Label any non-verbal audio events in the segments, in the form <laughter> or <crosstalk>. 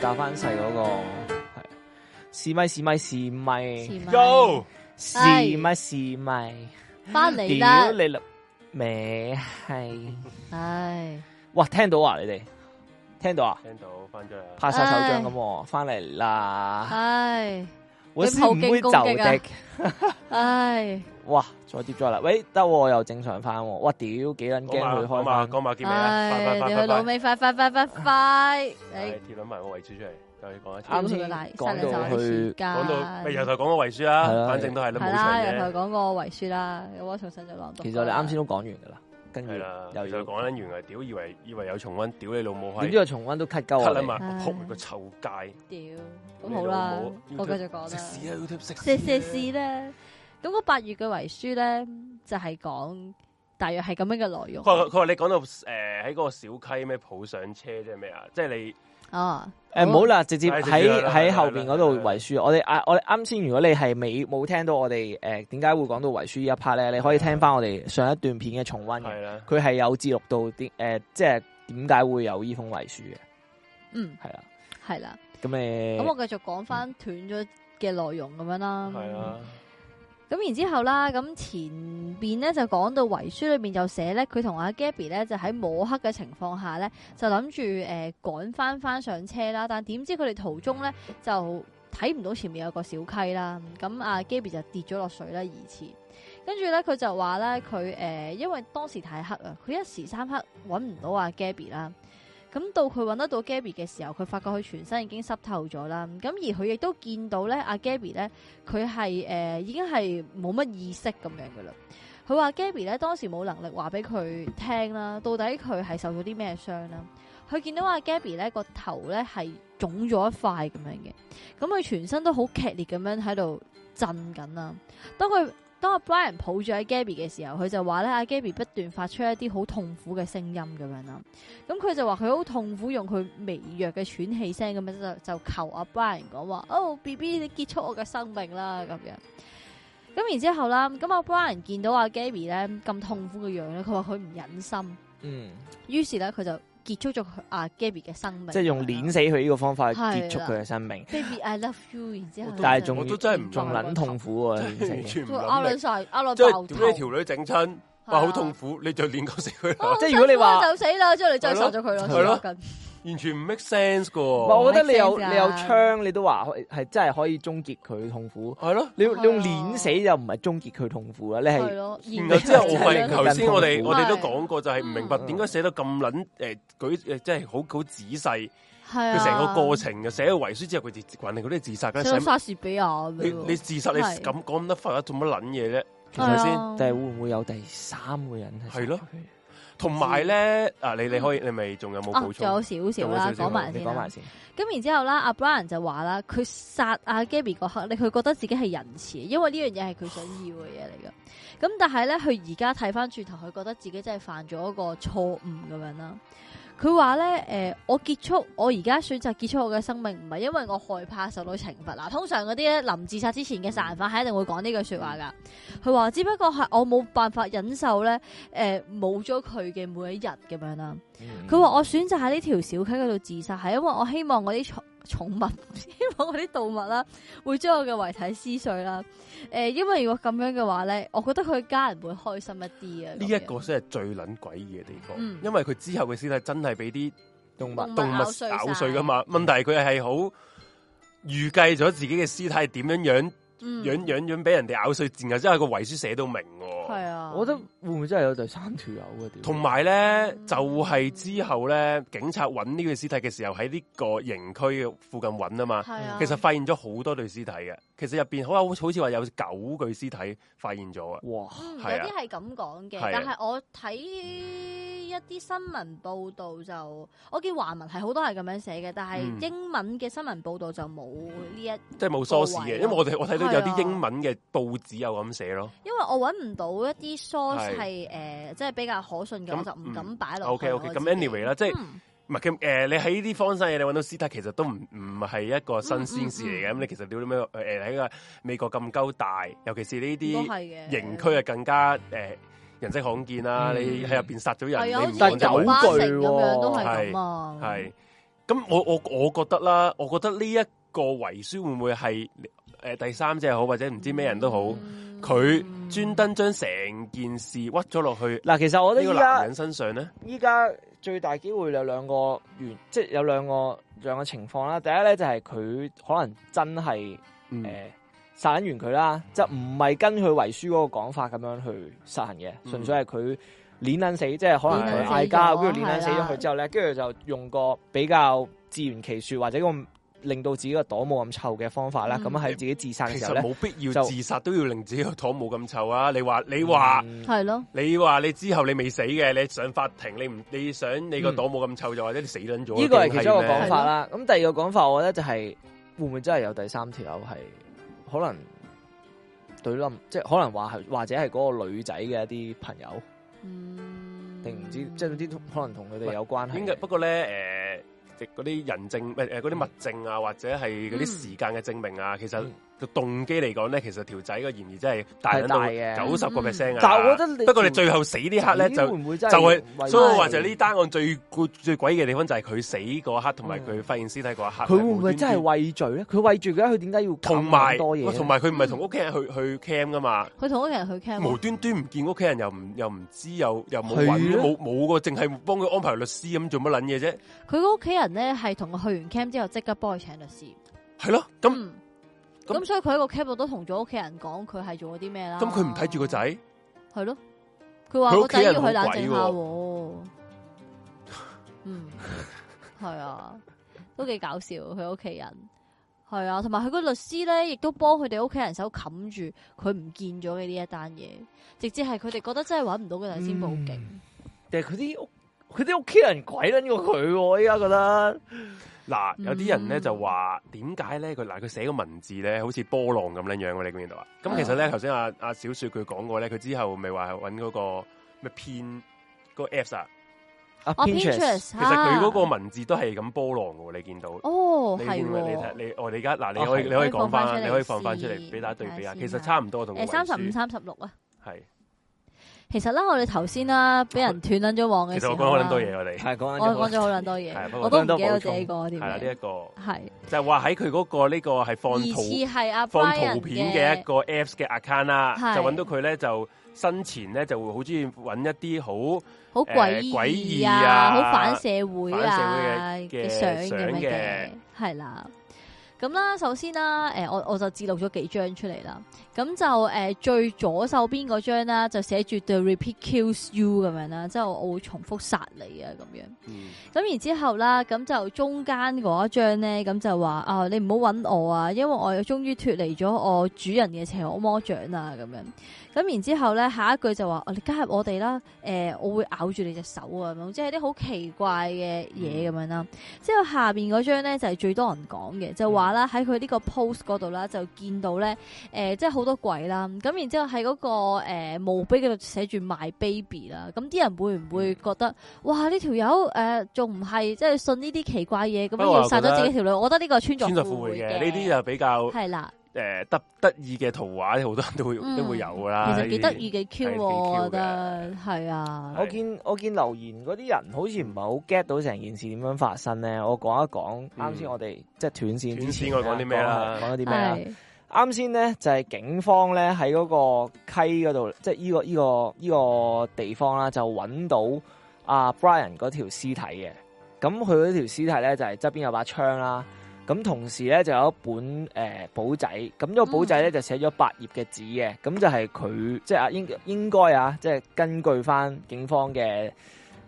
打翻呃細嗰個係試咪試咪試咪前晚 Go，試咪試咪，翻嚟屌啦，你老味係！唉，哇，聽到啊你哋，聽到啊，聽到翻咗啦，拍晒手掌咁喎，翻嚟啦，唉，我是唔會走你抱的勁。唉，哇，再接再啦，喂，得喎又正常翻喎，哇屌幾撚驚講佢開埋講埋翻，講埋見未啊？快唉，快你快去老快快！尾，快快快快快！係你貼撚埋個遺書出嚟，再講一次。啱先講到去講講到咪由頭講個遺書係啦，啦反正啊都係啊啦，系冇啦，場由嘅頭。講過遺書啦，咁我重新再朗讀。其實我哋啱先都講完噶啦，跟住係啊啦，又就要講緊完啊！屌，以為以為有重温，屌你老母點閪知！佢重温都 cut 鳩咳我啦哋嘛，唉仆你個臭街！屌，咁好啦，我繼續講食啦。屎啊！YouTube 食四四四屎啊咧，咁嗰八月嘅遺書咧，就係講大約係咁樣嘅內佢話容佢話你講到誒喺嗰個小溪咩抱上車即係咩啊？即係你啊。呃誒，唔好啦，直接係直接喺啦係喺啦後邊嗰度係啦遺書。我哋啊，我哋啱先，如果你係未冇聽到我哋誒點解會講到遺書呢一 part 咧，你可以聽翻我哋上一段片嘅重温嘅，啊係啊啦，佢係有記錄到啲誒，即係點解會有呢封遺書嘅，嗯，係啦。係啦，咁咁你我繼續講翻斷咗嘅內容咁樣啦。係啊啦，咁然之後啦，咁前邊咧就講到遺書裏面就寫咧，佢同阿 Gabby 咧就喺摸黑嘅情況下咧，就諗住誒趕翻翻上車啦。但點知佢哋途中咧就睇唔到前面有個小溪啦。咁阿 Gabby 就跌咗落水啦，疑似。跟住咧，佢就話咧，佢誒因為當時太黑啊，佢一時三刻揾唔到阿 Gabby 啦。咁到佢揾得到 Gabby 嘅時候，佢發覺佢全身已經濕透咗啦。咁而佢亦都見到咧，阿 Gabby 咧。佢係誒已經係冇乜意識咁樣噶啦。佢話 Gabby 咧當時冇能力話俾佢聽啦，到底佢係受咗啲咩傷啦？佢見到阿 Gabby 咧個頭咧係腫咗一塊咁樣嘅，咁佢全身都好劇烈咁樣喺度震緊啦。當佢當阿 Brian 抱住阿 Gabby 嘅時候，佢就話咧阿 Gabby 不斷發出一啲好痛苦嘅聲音咁樣啦。咁佢就話佢好痛苦，用佢微弱嘅喘氣聲咁樣就就求阿 Brian 講話：哦，B B，你結束我嘅生命啦咁樣。咁然之後啦，咁阿 Brian 見到阿 Gabby 咧咁痛苦嘅樣咧，佢話佢唔忍心，嗯，於是咧佢就結束咗佢阿 Gabby 嘅生命，即係用碾死佢呢個方法去係啦結束佢嘅生命， Baby I love you，然之後呢但係仲我都真係唔仲再撚痛苦喎，呢件完事情全唔佢拗諗兩力，晒，拗兩即爆係頭，屌你條女整親，話好痛苦。苦，你就練鳩死佢啊啦，即係如果你話好辛苦啊就死啦，之後你真係受咗佢咯，係咯跟完全唔 make sense 噶唔喎。係我覺得你有 make sense 啊你有槍，你都話可以係真係可以終結佢痛苦。係咯，你要你要係啊碾死就唔係終結佢痛苦啦，啊你係係咯，然後之後我發現頭先我哋嗯我哋都講過，就係唔明白嗯點解寫得咁撚誒舉誒，即係好好仔細。係啊佢成個過程嘅寫咗遺書之後，佢自還定佢都係自殺寫嘅到寫。莎士比亞咁你樣喎你自殺你係咁講咁得法，做乜撚嘢啫？其實係先啊，但係會唔會有第三個人係係咯同埋咧，啊你你可以你咪仲有冇啊，補仲有充？少少啦，仲有少少講埋你先啊講啦埋。先，啊咁然之後啦，阿 Brian 就話啦，佢殺阿 Gabby 嗰刻咧，佢覺得自己係仁慈，因為呢樣嘢係佢想要嘅嘢嚟嘅。咁但係咧，佢而家睇翻轉頭，佢覺得自己真係犯咗一個錯誤咁樣啦。佢話咧，誒、我結束，我而家選擇結束我嘅生命，唔係因為我害怕受到懲罰。嗱，通常嗰啲咧臨自殺之前嘅殺人犯係一定會講呢句說話噶。佢話只不過係我冇辦法忍受咧，誒、冇咗佢嘅每一日咁樣啦。嗯佢話我選擇喺呢條小溪嗰度自殺，係因為我希望我啲寵寵物， <laughs> 希望我啲動物啦，會將我嘅遺體撕碎啦。誒、因為如果咁樣嘅話咧，我覺得佢家人會開心一啲啊。呢一個先係最撚詭異嘅地方，嗯因為佢之後嘅屍體真係俾啲動物動物動物咬碎咬碎晒噶嘛。問題係佢係好預計咗自己嘅屍體係點樣樣嗯樣樣樣俾人哋咬碎，然後之後個遺書寫到明喎。係啊，我覺得會唔會真係有第三條友嘅？屌同埋咧，就係、之後咧，警察揾呢具屍體嘅時候，喺呢個營區嘅附近揾啊嘛。係啊，其實發現咗好多具屍體嘅，其實入邊好有好似話有九具屍體發現咗啊。哇，嗯有係啊啲係咁講嘅係啊，但係我睇一啲新聞報道就，我見華文係好多係咁樣寫嘅，但嗯係英文嘅新聞報道就冇呢一即係冇 source 嘅，因為我哋我睇到有啊啲英文嘅報紙有咁寫咯。因為我揾唔到一啲 source 係係誒，即係比較可信嘅，咁嗯我就唔敢擺落去。 OK OK，我咁自己 anyway 啦，即係嗯唔係咁呃誒？你喺呢啲荒山野你揾到屍體，其實都唔唔係一個新鮮事嚟嘅。咁、嗯嗯嗯你其實屌你咩誒呃喺個美國咁鳩大，尤其是呢都係啲嘅營區啊，更加誒、呃人跡罕見啦。嗯你喺入邊殺咗人，係啊，你好唔似但講係真有話九句巴城喎咁樣都係咁啊，係咁我我我覺得啦，我覺得呢一個遺書會唔會係诶、呃第三者好，或者唔知咩人都好，嗯佢專登將成件事屈咗落去嗱，其實我呢覺得依個男家人身上咧，依家最大機會有兩個原，即係有兩個兩個情況啦。第一咧就係佢可能真係嗯诶呃殺撚完佢啦，即係唔係跟佢遺書嗰個講法咁樣去殺人嘅，嗯純粹係佢攣撚死，即係可能佢嗌攣撚死交，咗跟住攣撚死咗係啦佢之後咧，跟住就用個比較自圓其说或者個令到自己個朵冇咁臭嘅方法啦，嗯咁喺自己自殺嘅其時實候咧，冇必要就自殺都要令自己個糖冇咁臭啊！你話你話、嗯系咯，你話你之後你未死嘅，你上法庭你唔你想你個嗯糖冇咁臭就或者你死撚咗，呢個係定其中一個咩講法啦。咁第二個講法，我覺得就係、會唔會真係有第三條友係可能對冧，即係可能話係或者係嗰個女仔嘅一啲朋友，嗯定唔知即係啲可能同佢哋有關係應該嘅。不過咧，诶、嗰啲人證唔係誒嗰啲物證啊，或者係嗰啲時間嘅證明啊，其實嗯個動機嚟講咧，其實條仔個嫌疑真係大係大緊到嘅九十個 percent 啊！但係我覺得你不過你最後死呢刻咧會就。唔會真就係係為所以我咗話就係呢單案最故最鬼嘅地方就係佢死嗰刻，同埋佢發現屍體嗰一刻。佢會唔會真係畏罪咧？佢畏罪嘅，佢點解要咁同埋多嘢喂咧？同埋佢唔係同屋企人去去 cam 噶嘛？佢同屋企人去 camp，無端端唔見屋企人，又唔又唔知，又又冇係揾啊，冇冇個，淨係幫佢安排律師咁做乜撚嘢啫？佢個屋企人咧係同佢去完 camp 之後即刻幫佢請律師。係咯，咁嗯咁咁所以佢喺個 camp 度都同咗屋企人講佢係做咗啲咩啦。咁佢唔睇住個，仔，係咯？佢話佢個屋企仔要人去冷靜下好鬼喎。嗯，係啊，都幾搞笑佢屋企人。係啊，同埋佢個律師咧，亦都幫佢哋屋企人手冚住佢唔見咗嘅呢一單嘢，直至係佢哋覺得真係揾唔到嘅人先報警。嗯但係佢啲屋佢啲屋企人鬼撚過佢喎，依家覺得嗱，有啲人咧嗯就話點解咧？佢嗱佢寫個文字咧，好似波浪咁樣樣喎，你見唔見到啊？咁其實咧，頭先阿阿小雪佢講過咧，佢之後咪話係揾嗰個咩編嗰個 apps 啊，啊哦 Pinterest，其實佢嗰個啊文字都係咁波浪嘅喎，你見到。哦你係見唔見你睇喎，你我哋而家嗱，你哦可以係你可以可以放講翻，返你出嚟可以放翻出嚟先俾大家對比下，睇下其實先啊差唔多同個誒三十五、遺書三十六啊。係。其實啦，我哋頭先啦，俾人斷撚咗網嘅其時實候我啦，講好撚多嘢，我哋係講緊我講咗好撚多係啊嘢，不過啊我都唔記得我自己講係啲啦，呢咩。一個係，就係話喺佢嗰個呢個係放疑圖似係阿放 Brian 圖片嘅一個 Apps 嘅 account 啦，係就揾到佢咧就生前咧就會好中意揾一啲好好誒詭詭異異啊，啊好反社會啊反社會嘅嘅相相咁樣嘅嘅，係啦。咁啦，首先啦，誒我我就截錄咗幾張出嚟啦。咁就誒最左手邊嗰張啦，就寫住 The repeat kills you 咁樣啦，即係我會重複殺你啊咁樣。嗯咁然之後啦，咁就中間嗰一張咧，咁就話啊，你唔好揾我啊，因為我終於脱離咗我主人嘅邪惡魔掌啦，咁樣。咁然之後咧，下一句就話、哦你加入我哋啦，誒、我會咬住你隻手啊，咁樣即係啲好奇怪嘅嘢咁樣啦。之後下邊嗰張咧就係、最多人講嘅，就話啦喺佢呢個 post 嗰度啦，就見到咧誒、呃即係好多鬼啦。咁然之後喺嗰、個誒墓碑嗰度寫住 my baby 啦，咁啲人會唔會嗯覺得哇呢條友誒仲唔係即係信呢啲奇怪嘢咁不樣過我要殺覺咗得自己條女？我覺得呢個係穿穿鑿鑿附附會會嘅，嘅，呢啲就比較係啦。誒得得意嘅圖畫，好多人都會嗯都會有其啦。實幾得意嘅 Q，係幾喎我 Q 覺得係啊，我見我見留言嗰啲人好似唔係好 get 到成件事點樣發生咧。我講一講嗯啱先，我哋即係斷線之斷前線呢，我講啲咩啊啦講講咗啲咩啦？係啱先咧就係警方咧喺嗰個溪嗰度，即係依個依個依個地方啦，就揾到阿 Brian 嗰條屍體嘅。咁佢嗰條屍體咧就係側邊有把槍啦。咁同時咧就有一本誒、呃簿仔，咁呢個簿仔咧就寫咗八頁嘅紙嘅，咁就係佢即係啊應應該啊，即係根據翻警方嘅誒、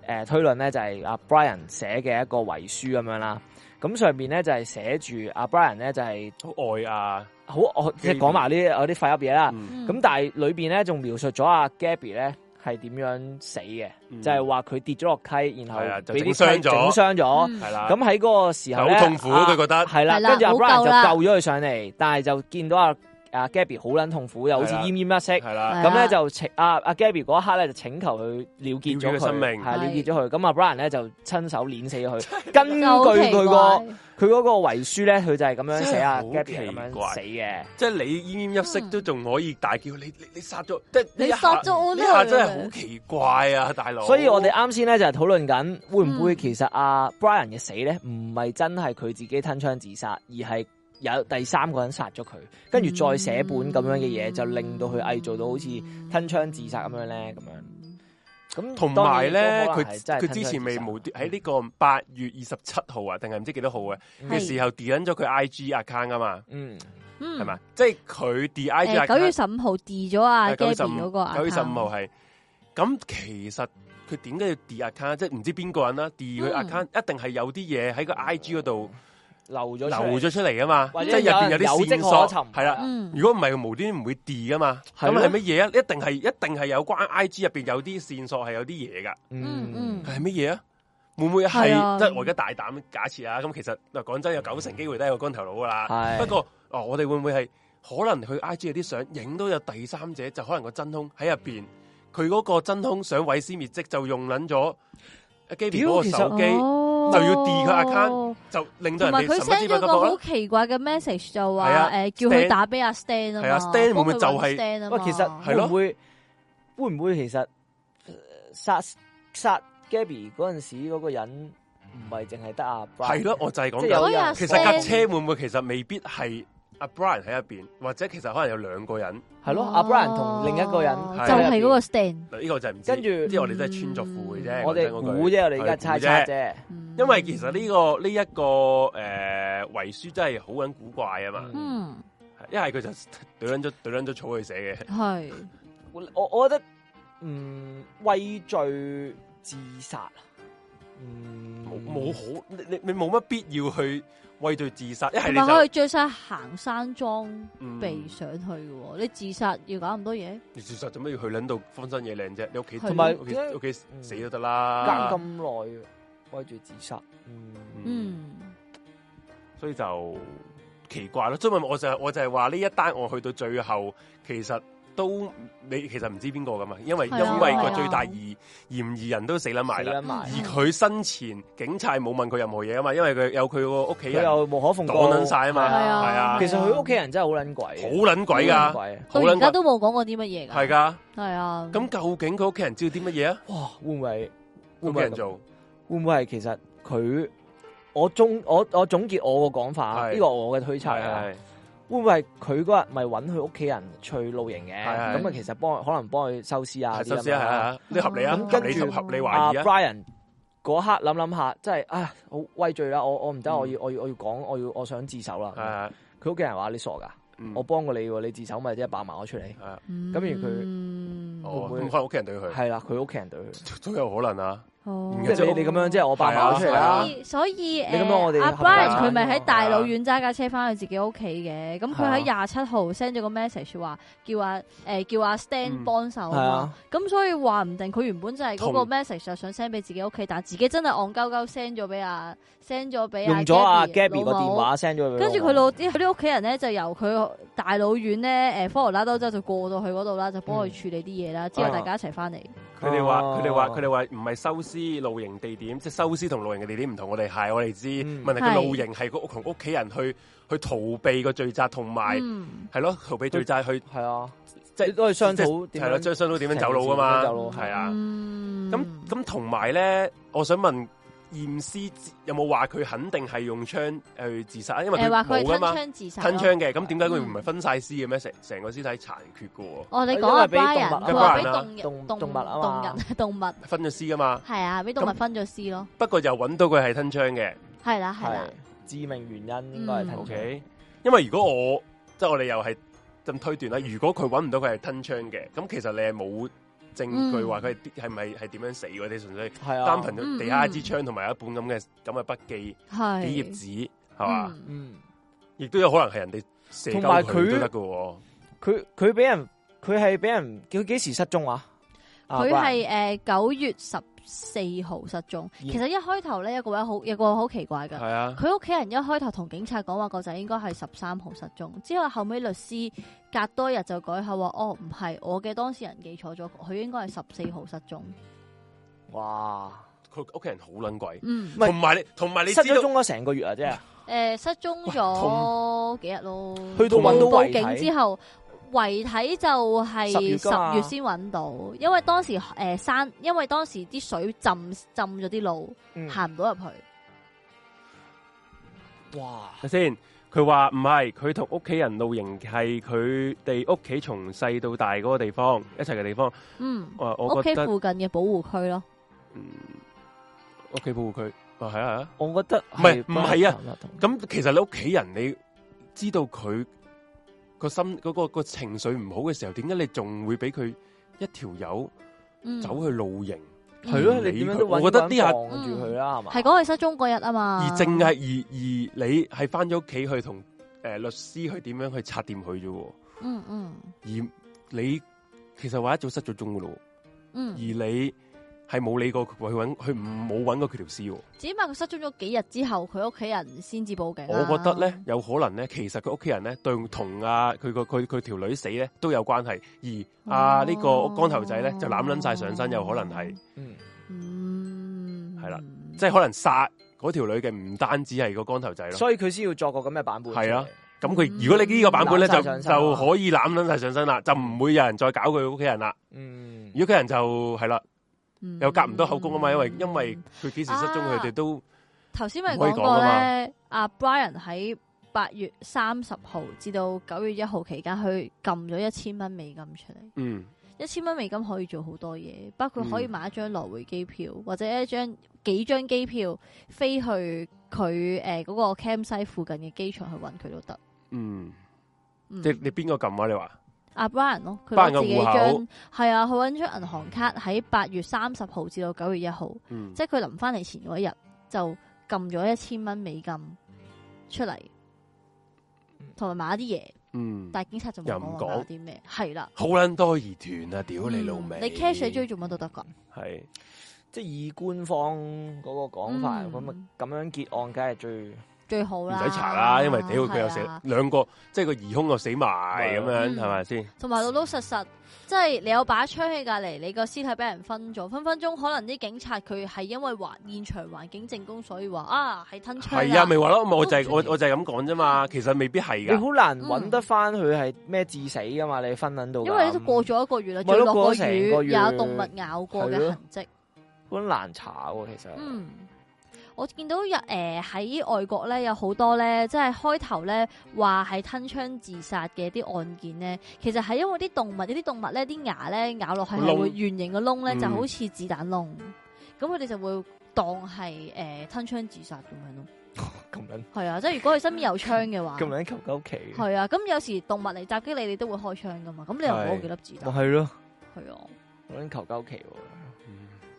呃推論咧，就係、阿 Brian 寫嘅一個遺書咁樣啦。咁上邊咧就係寫住阿 Brian 咧就係、好愛啊！好我即係講埋呢啲我啲廢噏嘢啊啦。嗯咁、但係裏邊咧仲描述咗阿 Gabby 咧係點樣死嘅，就係話佢跌咗落溪，然嗯係啊後就俾啲整傷溪整咗傷咗。嗯係啦。咁喺嗰個時候好咧，痛苦，啊佢覺得係啦，係啦跟住阿冇救啦 Brian 就救咗佢上嚟，但係就見到阿阿 Gabby 好撚痛苦，又好似係啊啦奄奄一息咁系。啦，係啦嗯啊咧就請阿阿 Gabby 嗰一刻咧就請求佢了結咗了結佢佢，生命係了係結咗佢。咁阿 Brian 咧就親手碾死咗 <laughs> 佢。根據就好奇佢個怪佢嗰個遺書咧，佢就係咁樣寫阿真係好 Gabby 係咁奇怪樣死嘅。即系你奄奄一息都仲可以大叫你你你杀咗，即系你殺咗我呢啦下真係好奇怪啊，大佬！所以我哋啱先咧就係討論緊，會唔會嗯其實阿 Brian 嘅死咧唔係真係佢自己吞槍自殺，而係有第三個人殺咗佢，跟住再寫本咁樣嘅嗯嘢，就令到佢偽造到好似吞槍自殺咁樣咧，咁樣。咁同埋咧，嗯當然都可佢能係真係佢吞槍之前未自殺無端喺呢個八月二十七號啊，定係唔知幾多號啊嘅係時候 delete 咗佢 I G account 啊嘛，嗯嗯係咪？即係佢 delete I G 誒九月 account 十五號 d 咗啊係九月十 Gabby 嗰個五，九月十五 account 號係咁，其實佢點解要 delete account？即係唔知邊個人啦，delete 佢嗯 account 一定係有啲嘢喺個 I G 嗰度流哦咗流出嚟咗出嚟啊嘛，或即者係入邊有有人有啲跡線可索尋係啦。嗯如果唔係，無端端唔會 delete 噶嘛。係咁咯係乜嘢啊？一定係一定係有關 I G 入邊有啲線索係有啲嘢㗎。嗯嗯係乜嘢啊？會唔會係係啊即係我而家大膽假設啊？咁其實嗱，講真有九成機會都係個光頭佬噶啦。嗯係不過哦，我哋會唔會係可能佢 I G 有啲相影到有第三者，就可能個真兇喺入邊，嗯佢嗰個真兇想毀屍滅跡，就用撚咗 Gaby 屌嗰個其實手機，哦就要 delete 佢 account 就令到同埋人哋佢神不 send 知咗不覺個覺好啦。奇怪嘅 message 就話係啊誒叫 Stan 佢打俾阿 Stan 啊係啊嘛，Stan 會唔幫佢會就搵係 Stan 啊喂嘛，其實係會咯唔會會唔會其實呃殺殺 Gabby 嗰陣時嗰個人唔係淨係得阿 Brian 係咯，我就係即係講有所以阿人其實架 Stan- 車會唔會其實未必係阿 Brian 喺入邊，或者其實可能有兩個人。係咯，哦阿 Brian 同另一個人就係啊係嗰個 Stan。嗱，呢個就係唔知。跟住嗯即係我哋都係穿作褲嘅啫。我哋講真嗰句估啫，我哋而家猜測。係啫。嗯因為其實呢、個呢一、個诶遺、書真係好撚古怪啊嘛，嗯一係佢就怼撚咗怼撚咗草去寫嘅，係我我我覺得，嗯，畏罪自殺，啊嗯，冇冇好你你你冇乜必要去畏罪自殺，一係同你埋佢就係着晒行山裝嗯備上去嘅喎，你自殺要搞咁多嘢？你自殺做咩要去撚到荒山野嶺啫？你屋企同埋屋企點解屋企死都得隔啦咁，耐，畏罪自殺，嗯，嗯，所以就奇怪咯。所以咪我就係我就係話呢一單我去到最後，其實都你其實唔知邊個噶嘛，因為係啊因為係個啊最大疑嫌疑人都死撚埋死啦。撚埋嗯而，佢生前警察係冇問佢任何嘢啊嘛，因為佢有佢個屋企佢人又無可奉告，擋撚晒啊嘛係係啊其實佢屋企人真係好撚鬼，好撚鬼噶，鬼，啊好到而家撚都冇講過啲乜嘢㗎。係，噶。係啊。咁究竟佢屋企人知道啲乜嘢啊？哇！會唔會會屋唔企會係人咁做會唔會係其實佢我總我我總結我個講法，啊係呢個我嘅推測啊。係會唔會係佢嗰日咪揾佢屋企人去露營嘅？係係咁啊，其實幫佢可能幫佢收屍啊係啲首咁先樣係啦。啊，呢合理啊，咁合理跟住合理阿懷疑啊， Brian 嗰刻諗諗下，真係啊，好畏罪啦！我我唔得，嗯我要我要我要講，我要我想自首係啦。啊，佢屋企人話：你傻噶，嗯我幫過你喎，你自首咪即係爆埋我出嚟。係啊咁而佢佢哦，會唔會咁可能屋企人對佢係啦，佢屋企人對佢， <laughs> 都有可能啊，哦即然後係你你咁樣，即係我爆埋我出嚟係啊啦所。以所以哦你咁樣我哋誒，阿合埋 Brian 啦佢咪喺大老遠揸架車翻去自己屋企嘅，咁佢係啊喺廿七號 send 咗個 message 話叫阿誒叫阿嗯 Stan 幫手係啊嘛啊，咁所以話唔定佢原本就係嗰個 message 就想 send 俾自己屋企，但自己真係戇鳩鳩 send 咗俾阿 send 咗俾用咗阿 Gabby 哎 Gabby 個老母電。話 send 咗佢俾我，跟住佢老啲佢啲屋企人咧就由佢大老遠咧誒科羅拉多州就過到去嗰度啦，就幫嗯佢處理啲嘢啦，之後啊大家一齊翻嚟。佢哋話哦佢哋話佢哋話唔係收屍露營地點，即係收屍同露營嘅地點唔同，我哋係我哋知。嗯問題佢係露營係個同屋企人去去逃避個罪責，同埋嗯係咯逃避罪責去係啊，即即係係都係商討點係啦，樣將商到點樣走佬噶成件事點樣走嘛佬。係係啊嗯咁咁同埋咧，我想問驗屍有冇話佢肯定係用槍去自殺？啊 <laughs> 因為誒佢話佢係冇噶吞嘛，槍自殺咯吞槍嘅。咁點解佢唔嗯係分晒屍嘅咩？成成個屍體殘缺嘅喎，哦，你講阿因為俾動物 Brian，啊佢話俾嘛動物動動動物啊嘛動人動物 <laughs> 分咗屍噶嘛。係啊，俾動物分咗屍咯，不過又揾到佢係吞槍嘅。係啦係係啦，致命原因應該係嗯吞 O 槍 K，因為如果我即係我哋又係咁推斷啦，如果佢揾唔到佢係吞槍嘅，咁其實你係冇證嗯據話佢係係咪係點樣死嘅？你純粹係啊，單憑地下一支槍同埋一本咁嘅咁嘅筆記係幾頁紙係嘛？嗯嗯。亦都有可能係人哋射鳩同埋佢佢都得噶喎。佢佢俾人佢係俾人佢幾時失蹤啊？啊佢呃 Brian 係誒九月十四號失蹤。嗯其實一開頭咧有個位好有個好奇怪㗎。係啊，佢屋企人一開頭同警察講話個仔應該係十三號失蹤，之後後尾律師隔多日就改口話：哦，唔係，我嘅當事人記錯咗，佢應該係十四號失蹤。哇！佢屋企人好撚鬼，嗯唔，係同埋你同埋你失知咗道蹤咗成個月啊，即係诶、呃失蹤咗幾日咯，去到搵到遺報體警之後，遺體就係十月㗎嘛十月先揾到，因為當時诶、山，因為當時啲水浸浸咗啲路，嗯行唔到入去。哇！睇先，佢話唔係，佢同屋企人露營係佢哋屋企從細到大嗰個地方一齊嘅地方。嗯，我屋我企覺得附近嘅保護區咯。嗯屋企保護區，啊係啊係啊。我覺得唔係唔係啊，咁其實你屋企人你知道佢個心嗰、個個情緒唔好嘅時候，點解你仲會俾佢一條友嗯，走去露營？嗯係係咯，咯你點樣理都揾佢我覺啲得呢人下望住佢啦，係嘛？係講佢失蹤嗰日啊嘛。而淨係而而你係翻咗屋企去同诶、律師去點樣去拆掂佢啫喎，嗯嗯而你其實話一早失咗蹤噶咯喎。而嗯，你係冇理過佢佢揾佢唔冇揾過佢條屍喎。啊只係佢失蹤咗幾日之後，佢屋企人先至報警啊啦。我覺得咧，有可能咧，其實佢屋企人咧對同啊佢個佢佢條女死咧都有關係，而啊哦呢、個光頭仔咧就攬撚晒上身，有可能係嗯嗯，係啦，即係可能殺嗰條女嘅唔單止係個光頭仔咯。所以佢先要作個咁嘅版本出嚟。係啊咁佢如果你呢個版本咧攬晒就就上身啊可以攬撚晒上身啦，就唔會有人再搞佢屋企人啦。嗯如果屋企人就係啦，嗯又夾唔到口供啊嘛，因為因為佢幾時失蹤，啊佢哋都頭先咪唔可以講講過㗎嘛咧，阿 Brian 喺八月三十號至到九月一號期間，佢撳咗一千蚊美金出嚟。嗯一千蚊美金可以做好多嘢，包括可以嗯買一張來回機票，或者一張幾張機票飛去佢誒嗰個 Cam 西附近嘅機場去揾佢都得。嗯，嗯即係你邊個撳啊？你話阿 Brian 咯，佢 Brian 攞嘅自己戶口張係啊，佢揾張銀行卡喺八月三十號至到九月一號，嗯即係佢臨翻嚟前嗰一日就撳咗一千蚊美金出嚟，同埋買啲嘢，嗯。但係警察就冇又唔講講話買啲咩，係啦。好捻多疑團啊！屌你老嗯味，你 cash 你中意做乜都得㗎。係即係以官方嗰個講法，嗯咁啊咁樣結案，梗係最最好唔啦，使查啦，因為屌佢有係死啊兩個，即係個疑兇又死埋係啊咁樣，嗯係咪先？同埋老老實實，即係你有把槍喺隔離，你個屍體俾人分咗，分分鐘可能啲警察佢係因為環現場環境證供，所以話啊係吞槍係啊，咪話咯，咪我就係都我唔知我就係咁講啫嘛。其實未必係你㗎，好難揾得翻佢係咩致死噶嘛？你分撚到咁，嗯因為你都過咗一個月啦，咪咯仲落過過咗成個雨，月又有動物咬過係嘅咯痕跡。好難查喎，其實。嗯，我見到有誒喺、外國咧有好多咧，即係開頭咧話係吞槍自殺嘅啲案件咧，其實係因為啲動物，有啲動物咧啲牙咧咬落去個窿係會圓形嘅窿咧，嗯就好似子彈窿，咁佢哋就會當係誒、呃吞槍自殺咁樣咯。咁樣係啊，即係如果佢身邊有槍嘅話咁，樣求鳩期，係啊，咁有時動物嚟襲擊你，你都會開槍噶嘛，咁你又哦係攞幾粒子咪彈，係咯，係啊，咁樣求鳩期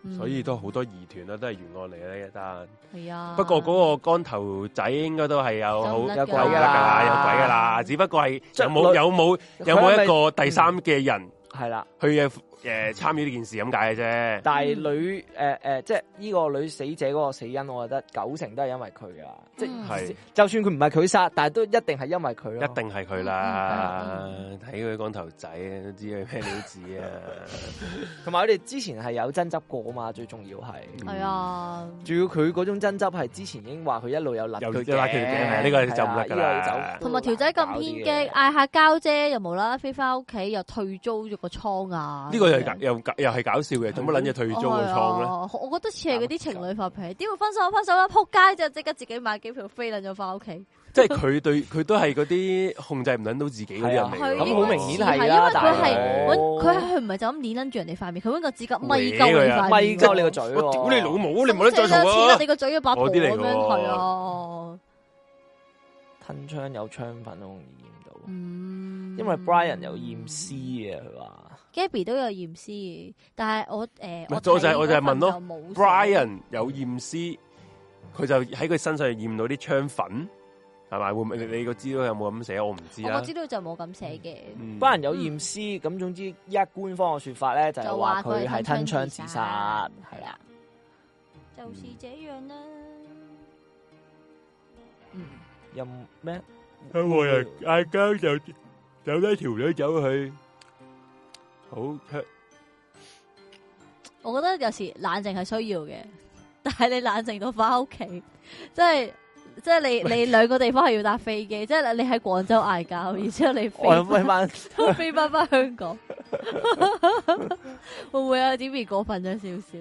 嗯所以都好多疑團啦，啊都係懸案嚟嘅呢一單。係啊。不過嗰個光頭仔應該都係有好走有唔鬼甩有㗎鬼㗎㗎啦，有鬼㗎啦。啦只不過係即有係冇類有冇喎。有佢係冇咪一個第三嘅人係啦？去誒誒參與呢件事咁解嘅啫？但係嗯女诶诶、呃即係呢個女死者嗰個死因，我覺得九成都係因為佢啊，即嗯係係就算佢唔係佢殺，但係都一定係因為佢咯。一定係佢啦嗯，睇佢光頭仔都知佢咩料子 <laughs> 啊！同埋我哋之前係有爭執過嘛，最重要係，嗯係啊，仲要佢嗰種爭執係之前已經話佢一路有勒有佢有勒佢嘅嘅，呢個就唔得係啊㗎啦呢個就同埋條仔咁偏激，嗌下交啫，又無啦啦飛翻屋企，又退租咗個倉啊！呢個又咁樣搞又搞又係搞笑嘅，做乜撚嘢退租個倉咧？哦係啊我覺得似係嗰啲情侶發脾氣，點會分手分手啦？撲街就即刻自己買機票飛撚咗翻屋企。即係佢對佢都係嗰啲控制唔撚到自己嗰啲人嚟㗎係啊嘛，咁好明顯係因為啦，佢大佬係哦搵佢係佢唔係就咁捏撚住人哋塊面，佢搵個指甲咪鳩搲佢你啊塊咪面鳩你個嘴我喎！屌你老母，你你唔好撚再嘈啦！啊！你個嘴一把我火啲嚟咁㗎哦樣係啊，吞槍有槍粉好容易驗到，嗯因為 Brian 有驗屍啊，佢話 Gabby 都有驗屍，但係我誒，咪就係睇我就係問咯嗰份就冇寫 Brian 有驗屍，佢就喺佢身上驗到啲槍粉，係咪？會唔會你你個資料有冇咁寫？我唔知我啦。知道就冇咁寫嘅，嗯 Brian 有驗屍，咁總之依家官方嘅說法咧就係就話話佢佢係係吞槍槍自殺，係殺，啦。嗯啦。就是這樣啦。嗯，又唔咩？香港人嗌交就走低條女走去，好香我覺得有時冷靜係需要嘅， <laughs> 但係你冷靜到翻屋企，即係即係你你兩個地方係要搭飛機，即係你喺廣州嗌 <laughs> 交，然之後你飛我諗返翻翻飞翻翻香港， <laughs> 会唔会啊？点而过分咗少少？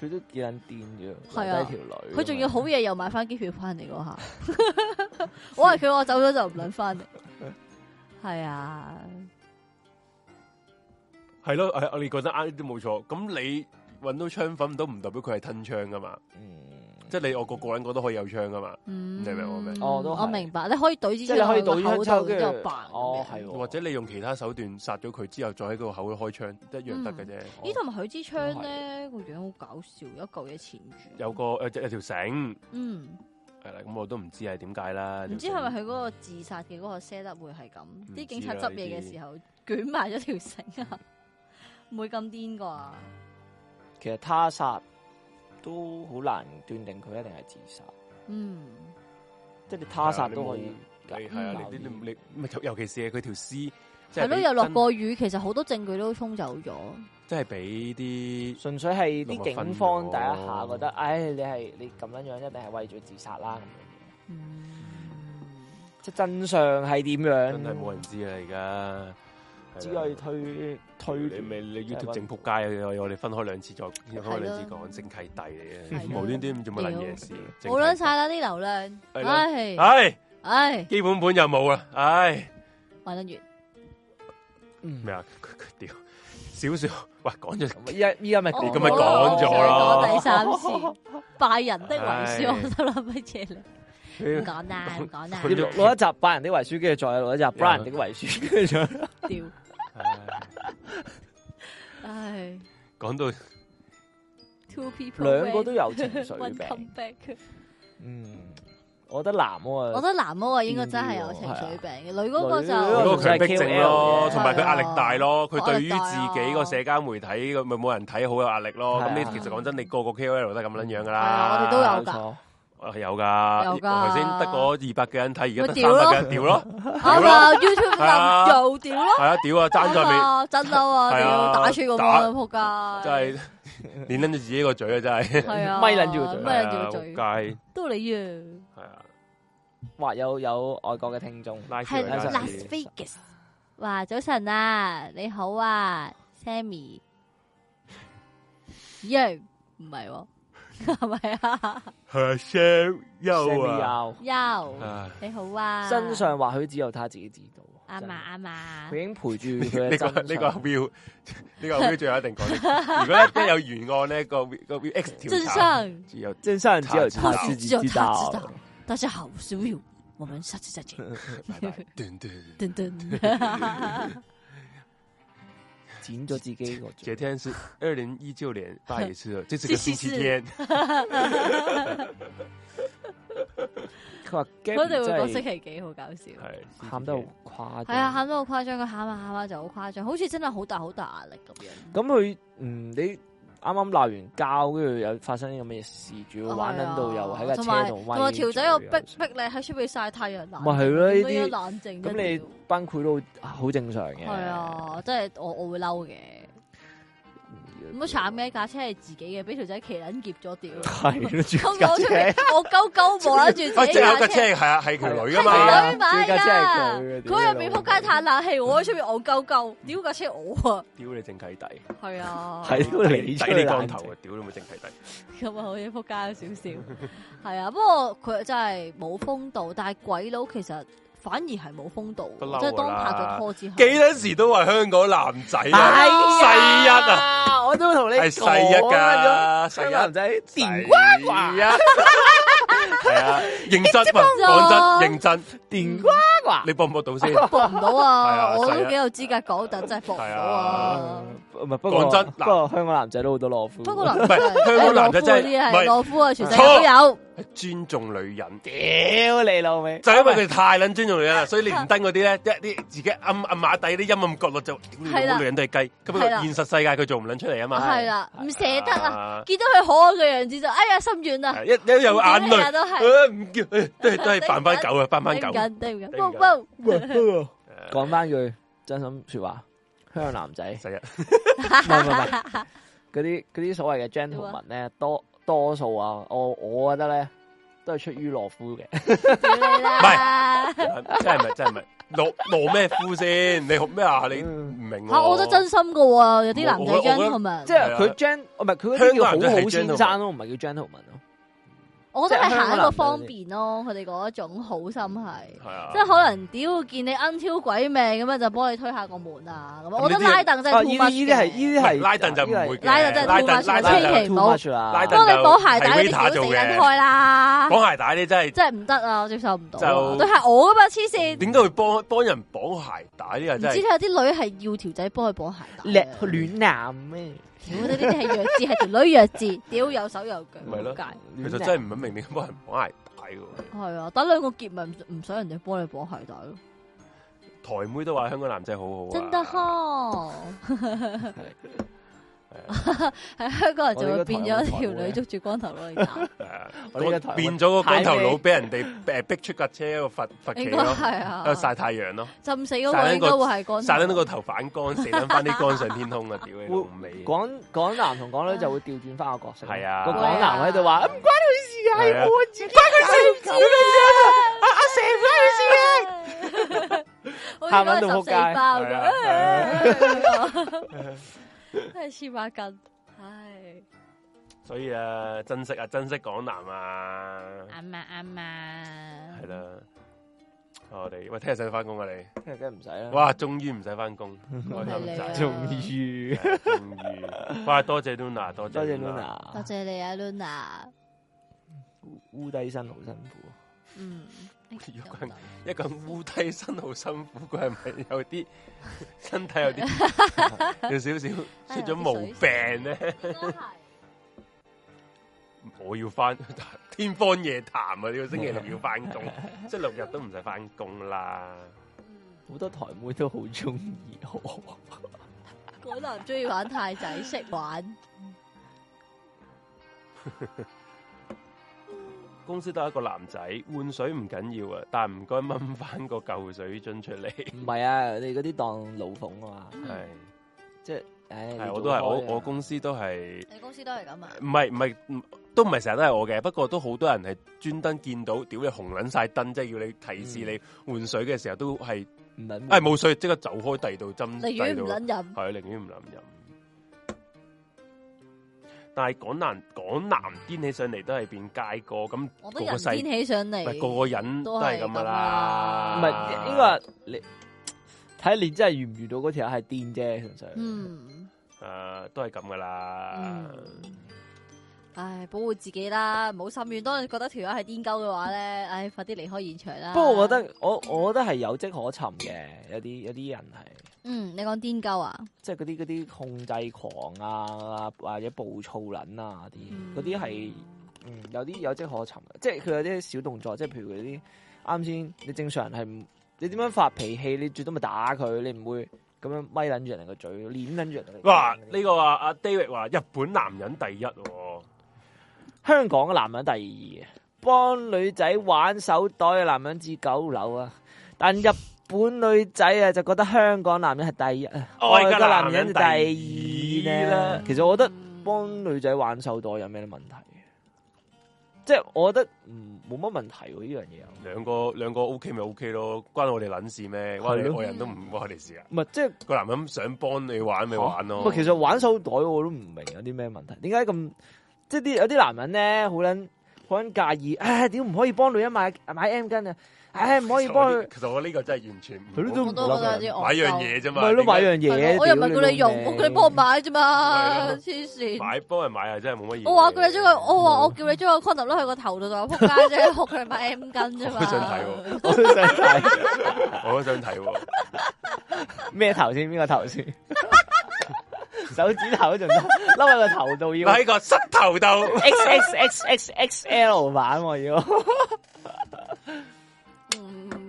佢都幾撚癲嘅，係啊留低條女。佢仲要好嘢又買翻機票翻嚟嗰下， <laughs> 我係佢，我走咗就唔捻翻嚟。係啊，係咯，係我哋覺得啱都冇錯。咁你搵到槍粉都唔代表佢係吞槍噶嘛，嗯，即係你我個個人個都可以有槍噶嘛，嗯，你明唔明我明哦都係我明白。你可以懟支即係你可以懟倒口香度，抽，然跟之住後扮咁樣哦係喎，或者你用其他手段殺咗佢之後，再喺個口開槍一樣得嘅啫。咦，同埋佢支槍咧個樣好搞笑，有一嚿嘢纏住。有個诶有條繩嗯，係啦，咁我都唔知係點解啦。唔知係條咪繩佢嗰個自殺嘅嗰個 set up 會係咁？知啲啊警察執嘢嘅時候捲埋咗條繩啊，唔會咁癲啩？其實他殺都好難斷定佢一定係自殺，嗯，即係你他殺都可以。你係啊，你你你你，咪尤其是佢條屍，即係係咯，俾又落真過雨，其實好多證據都沖走咗。即係俾啲純粹係啲警方六第百一分啊咗下覺得，唉，你係你咁樣樣一定係為咗自殺啦咁樣嗯，嘅，即係真相係點樣？真係冇人知啊！而家只可以推推你咪斷。你即係 YouTube 搵整仆街嘅，我哋分開兩次再分開兩次係咯講，正契弟係嚟嘅，咯無端端做乜撚嘢事？正冇撚契晒啦啲流量，係咯啊唉弟，唉，唉，基本本又冇啦，唉玩得完，咩啊？佢佢 <laughs> 屌少少，喂講咗嗯咁啊依家依家咪我你咁咪講咗哦我啦想講第三次拜仁的遺書，唉我心諗乜嘢嚟？唔講啦， <laughs> 唔講啦 <laughs> 要，錄錄一集《拜人的遺書》，跟住再錄一啊集《b r i a n 的遺書》，跟住 <laughs> 再屌，唉唉講到，two people 兩個都有情 one 緒 come 病。 back。嗯，我覺得男我覺我啊，得男嗰個應該真係有情緒病嘅，女嗰個就女嗯嗰嗰個個強強迫迫症症咯，咯同埋佢壓力大咯，佢係啊對於自己個社交媒體咁咪冇人睇，好有壓力咯。係啊咁你其實講真，你個個 KOL 都係咁撚樣噶係啊啦，我哋都有冇錯啊有噶，有㗎我頭先得嗰二百幾人睇，而家咪得屌三咯百幾人，屌咯， <laughs> 啱啊 YouTube 咁又屌咯，係啊，屌啊，爭在 <laughs> 未， <laughs> 啊真嬲啊，係屌啊打穿個打芒仆街，真係 <laughs> 捻撚住自己個嘴啊，真 <laughs> 係，係啊，咪撚住個嘴咪撚住個嘴係， <laughs> 啊仆街，都你啊，係啊，哇，有有外國嘅聽眾，拉係佢拉拉屎 Las Vegas，哇早晨啊，你好啊，Sammy，耶唔係喎，係咪啊係 Sam 優 Sammy 啊， Yao ？Yo，唉你好啊，真相或許只有他自己知道。啱啊啱啊佢已，經陪住佢呢嘅個 <laughs> 真呢個相。 view 呢個 view 最後一定講呢個，如果一有懸案咧，個 view- 個 view X 真調查相。有真相只有他或自许己只有知他道知。道，但是好少有。我们下次再见。斷斷。噔噔，剪咗自己個嘴昨天是二零一九年八 <laughs> 月四日，这是个这是星期天，佢話佢 Gabby 哋會覺得星真係期幾好搞笑。係喊得好誇係張。啊，喊得好誇張，佢喊下喊下就好誇張，好似真係好大好大壓力咁樣。咁佢嗯，你啱啱鬧完交，跟住又發生啲咁嘅事，仲要玩撚到又喺架哎哦同埋車度同威埋條仔又逼嘴逼你喺出邊曬太陽，冷咪係咯呢啲都要冷靜一咁秒。你班佢都好正常嘅。係啊，即係我我會嬲嘅。嗯咁都慘嘅，架車係自己嘅，俾條仔騎撚劫咗屌。係咯，住 <laughs> 咁架我出車邊，我鳩鳩冇啦 <laughs> 住啊，自即己係有架架車車。係係條女噶係嘛啊，係女買呢架車係佢噶，嘅啊屌佢入面仆街嘆冷氣，我喺出面戇鳩鳩，屌架車我啊，屌你正契弟，係啊，係呢個抵你出你嚟光冷頭靜啊，屌你冇正契 <laughs> 弟，咁啊，好似仆街咗少少，<laughs> 係啊，不過佢真係冇風度，但係鬼佬其實反而係冇風度不嬲㗎啦，即係當拍咗拖之後，幾多時都話香港男仔哎啊，係世一啊，啊！我都同你係世一講咗，㗎，世香一港男仔電瓜瓜啊，係 <laughs> 啊，認真唔係講真認真，電瓜瓜 <laughs> 你。搏唔搏到先？嗯搏唔到 <laughs> 係啊啊，我係都啊幾有資格講，但真係搏唔到係啊，呃唔係不過講真不嗱過香港男仔都好多懦夫。不過男唔係香港男仔真係係唔係懦夫啊，全世界都有。尊重女人，屌你老味，就因為佢哋太撚尊重女人啦，所以你唔登嗰啲咧，一啲自己暗暗馬底啲陰暗角落就，屌你係啦老母女人都係雞，咁係啦啊現實世界佢做唔撚出嚟啊嘛，係啦，唔捨得啊！啊，見到佢可愛嘅樣子就哎呀心軟啊！係一一有點眼 <laughs> 解啊淚，都係誒唔叫，誒都係都係扮翻狗啊，扮翻頂狗唔，緊，頂唔緊，頂唔哇緊哇誒講翻句真心说話，香港男仔實日唔係唔係唔係 <laughs> 嗰啲嗰啲所謂嘅 gentleman 啊咧，多多數啊，我我覺得咧都係出於懦夫嘅。啊屌你啦！啊真係唔係真係唔係，攞攞咩夫先？你學咩啊？你嗯唔明喎吓，我都真心噶喎，有啲男我我仔我覺得 gentleman，即係佢 gent 唔係佢嗰啲叫香港人都好係好先 gentleman 生咯，唔係叫 gentleman 咯。我覺得係行一個方便咯，佢哋嗰一種好心係，係嗯啊，即係可能屌見你恩挑鬼命咁樣就幫你推下個門啊咁樣。我覺得呢啲係拉凳真啊，係呢啲 too much 呢啲係嘅呢啲係拉凳就唔會嘅，拉凳真係拉 too 凳 much，拉千凳祈唔好 too much 啦拉幫凳你綁鞋帶係你條 waiter 死做嘅緊開啦，綁鞋帶咧真係。真係唔得啊，我接受唔到啊。就對係我噶嘛，黐線。點解會幫幫人綁鞋帶呢個唔嗯真知係有啲女係要條仔幫佢綁鞋帶叻啊，暖男咩？屌呢啲係弱智，係條女弱智，屌有手有腳，咪咯冇解。其實真係唔肯明點解幫人綁鞋帶嘅喎。係啊，等兩個結咪唔唔想人哋幫你綁鞋帶咯，台妹都話香港男仔好好啊，真得呵。哎喺香港人就會變咗條女捉住光頭佬嚟 <laughs> 打，係啊我呢個台變咗個光頭佬，俾人哋誒逼出架車個罰罰應企該呃咯，係 <laughs> 喺啊度。曬太陽咯，浸死嗰個應該會係光頭。曬到個頭反光，死撚翻啲光上天空啊！屌你老味，港港男同港女就會調轉翻個角色，係啊個港男喺度話唔關佢事啊，係啊係我自己關佢事，你明唔明啊？阿阿成唔關佢事啊！ <laughs> 我喊應撚該到十仆街四包係㗎啊係哎 <laughs> 真係黐孖筋。唉，所以啊，珍惜啊，珍惜港男啊，啱啊啱啊係。啦。我哋喂，聽日使唔使翻工啊？你聽日梗係唔使啦， <laughs> 哇，終於唔使翻工，恭喜你啊終於終於哇！多謝 Luna，多謝多謝多 Luna，謝你啊，Luna。烏低身好辛苦，嗯， <laughs> 一個人一個人烏低身好辛苦，佢係咪有啲 <laughs> 身 <laughs> 體有啲有少少出咗毛病咧？應該係 <laughs> 我要翻天方夜譚啊！呢、個星期六要翻工，即係六日都唔使翻工啦。嗯好多台妹都好中意我。港男中意玩太仔，識玩。公司得一個男仔換水唔緊要啊，但唔該掹翻個舊水樽出嚟。唔係啊，你嗰啲當老鳳啊嘛，係唉，係，你我做都係開我啊我公司都係你公司都係咁啊？唔係唔係，唔都唔係成日都係我嘅，不過都好多人係專登見到，屌你紅撚晒燈，即係要你提嗯示你換水嘅時候都係，唔撚哎冇水，即刻走開第二度寧針，第二願度唔係撚飲。啊寧願唔諗飲。但係港男港男癲起上嚟都係變街歌，咁我都個個人世癲起上唔嚟，係個個人都係咁噶啦，唔唔係呢個係你睇你真係遇唔遇到嗰條友係癲啫，純粹。嗯個誒啊都係咁噶啦，嗯，唉，保護自己啦，唔好心軟。當你覺得條友係癲鳩嘅話咧，唉，快啲離開現場啦。不過我覺，得我我覺得係有跡可尋嘅，有啲有啲人係嗯，你講癲鳩啊？即係嗰啲嗰啲控制狂啊，或者暴躁撚啊嗯啲，嗰啲係嗯有啲有跡可尋嘅，即係佢有啲小動作，即係譬如嗰啲啱先你正常人係唔你點樣發脾氣，你最多咪打佢，你唔會咁樣咪撚住人哋個嘴，攣撚住人哋個嘴。哇！呢個話阿 David 話日本男人第一喎。香港嘅男人第二嘅，幫女仔玩手袋嘅男人至九流啊！但日本女仔啊就覺得香港男人係第一啊，愛嘅嘅哦男人人就第二二啦啦。其實我覺得嗯幫女仔玩手袋有咩問題？啊即係我覺得嗯冇乜問題喎呢樣嘢，兩個兩個 O K 咪 O K 咯，關我哋撚事咩？關係咯你愛人都唔關我哋事啊！唔係即係個男人想幫你玩咪玩咯。唔係其實玩手袋我都唔明有啲咩問題，點解咁即係啲有啲男人咧好撚好撚介意，唉點唔可以幫女人買買 M 巾啊？唉唔可以幫佢我呢。其實我呢個真係完全唔佢都我都覺得有啲買樣戇鳩。嘢啫嘛，咪咯，買點樣係嘢。咯我又唔係屌叫你用，我叫你 <laughs> 幫我。買啫嘛，係咯黐解線。買幫人買係真係冇乜嘢。我話叫你將 <laughs> 佢，我話我叫你將個 condom 攞去個頭度就話仆街啫， <laughs> 學佢買 M 巾啫嘛。好想睇喎我都想睇啊我都想睇喎。咩頭先？邊個頭先？ <laughs> 手指頭仲得， <laughs> 笠喺個頭度 <laughs> 要喺個膝 <laughs> 頭度， X X X X X L 版喎要。嗯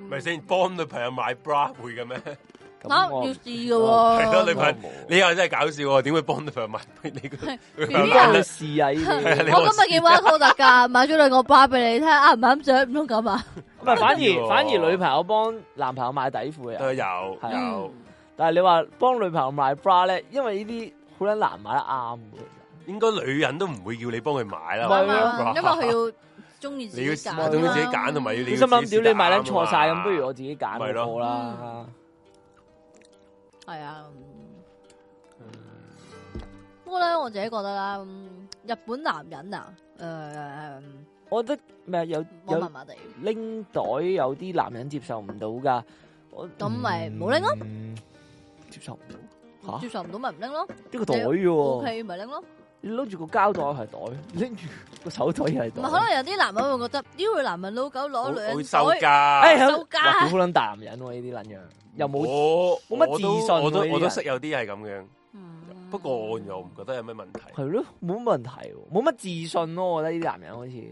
咪先幫女朋友買 bra 會嘅咩？ <laughs> 啊，咁我要哦試嘅係咯，喎女。朋友我冇你又真係搞笑喎！點會幫女朋友買 <laughs> 你個？ <laughs> 女朋友邊有買去試啊？呢係啊啲 <laughs> 你我今日見 w a c o 特價， <laughs> 買咗兩個巴俾你睇下啱唔啱着，唔通咁啊？唔係反緊要而喎反而女朋友幫男朋友買底褲啊，都 <laughs> 有係啊有嗯，但係你話幫女朋友買 bra 咧，因為呢啲好撚難買得啱嘅應該女人都唔會要你幫佢買啦。唔係我喎啱啊因為佢覺得要中意自你己要揀啊揀，嘛，仲要自己揀，同埋其要你實。心要諗自己屌你買揀撚錯晒啊嘛咁，不如我自己揀咪嗰個咯啦。嗯係啊。嗯不過咧，我自己覺得啦，嗯日本男人啊，誒，我覺得咩有我麻有麻地，拎袋有啲男人接受唔到噶，我咁咪唔好拎咯嗯接受唔到吓接受唔到咪唔拎咯呢個袋嘅喎， ，OK 咪拎咯。你拎住個膠袋係袋，拎住個手袋又係唔袋係，。可能有啲男人會覺得，屌你男人老狗攞我女我會人收袋，㗎。哎收哇好嗯哦家，撚大男人喎呢啲撚樣，又冇我冇乜我都自信喎我都呢啲我都人識有啲係咁樣，嗯不過我又唔覺得有咩問題。係咯，冇乜問題喎，冇乜自信咯。我覺得呢啲男人好似係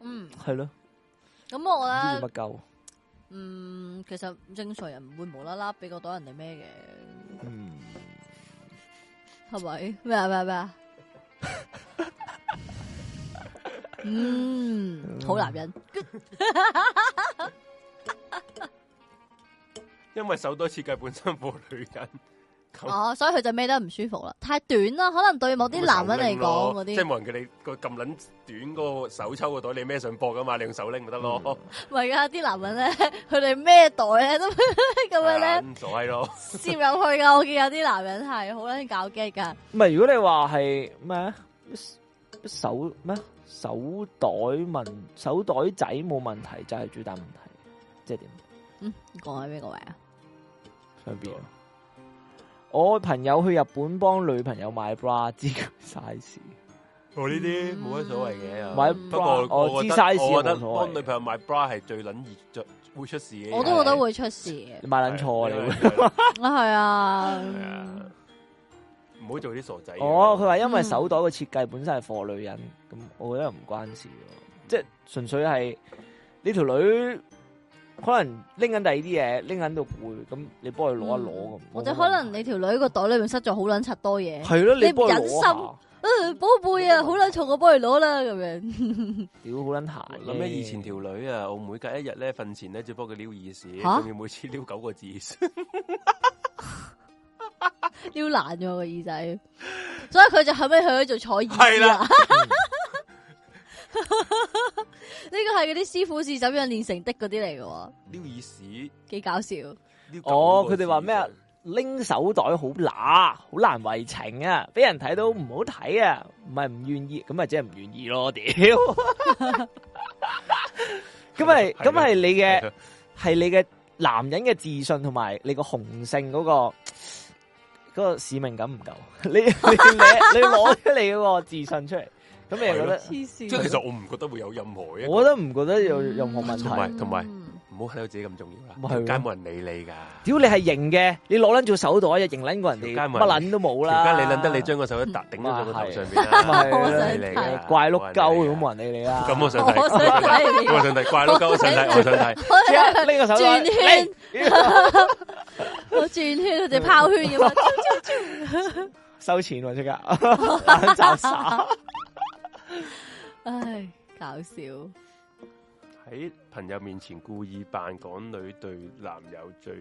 嗯，嗯，咯，咁我唔咧啊知做乜。鳩。嗯，其實正常人唔會無啦啦俾個袋人哋咩嘅，嗯，係咪？咩啊咩啊 <laughs> 咩啊？嗯，好男人，因為手袋設計本身冇女人，咁哦，所以佢就孭得唔舒服啦，太短啦，可能對某啲男人嚟講嗰即係啲，冇人叫你個咁撚短個手抽個袋，你孭上膊噶嘛，你用手拎咪得咯。唔係噶，啲男人咧， <laughs> 佢哋孭袋咧都 <laughs> 咁樣咧啊咁所謂咯，攝入去噶，我見有啲男人係好撚搞激噶，唔係如果你話係咩啊手咩啊手袋問手袋仔冇問題，就係最大問題，即係點講喺邊個位啊？上邊？啊哦我朋友去日本幫女朋友買 bra，知佢 size。我呢啲冇乜所謂嘅。買嗯不過 bra，我我知覺得 size 我覺得冇所幫女謂朋。友買 bra 係最撚易着會出事嘅。我都覺得會出 <laughs> 事嘅，你買撚錯啊！你會你會。啊係啊，係啊唔好做啲傻仔啊嘢。哦，佢話因為手袋嘅設計本身係 for 女人，咁我覺得唔關事嗯喎，即係純粹係你條女可能拎緊第二啲嘢，拎緊到攰，咁你幫佢攞一攞咁。嗯或者可能你條女個袋裏面塞咗好撚柒多嘢。係咯，你你幫佢忍攞心下，啊寶貝嗯啊，好撚重，我幫佢攞啦咁樣。屌好撚閒。諗起以前條女啊，我每隔一日咧瞓前咧，只幫佢撩耳屎，吓仲要每次撩九個字。撩爛咗個耳 <laughs> 仔，所以佢就後尾去咗做坐啊耳師係啦啦。 <laughs> 呢個係嗰啲師傅是怎樣練成的嗰啲嚟嘅喎，撩耳屎，幾搞笑。撩九哦個字佢哋話咩啊拎手袋好乸，好難為情啊！俾人睇到唔好睇啊，唔係唔願意，咁咪即係唔願意咯，屌！咁咪咁係你嘅。係啊系你嘅男人嘅自信同埋你個雄性嗰、個嗰、個使命感唔夠， <laughs> 你你你你攞出你嗰個自信出嚟，咁你又覺得？黐線。即係其實我唔覺得會有任何一個，嗯我覺得唔覺得有任何問同埋題？嗯同埋唔好睇到自己咁重要啦。咪係條咯街冇人理你噶，屌你係型嘅，你攞撚做手袋啊，型撚過人哋，條街冇人乜撚都冇啦。條街你撚得你將個手一搭頂咗上個頭上啊邊咪係咯 <laughs> 啊啦，冇人理你㗎怪碌鳩冇人咁冇人理你理㗎啦。啊 <laughs> 咁我啊想我睇，想睇你我想睇，怪碌鳩，我想 <laughs> 睇，我想睇。即刻拎個手袋哎轉圈拎我轉圈，嗯佢哋拋圈咁啊！ <laughs> 收錢喎，即刻 <laughs> 眼罩耍 <laughs> 唉，搞笑。喺朋友面前故意扮港女對男友最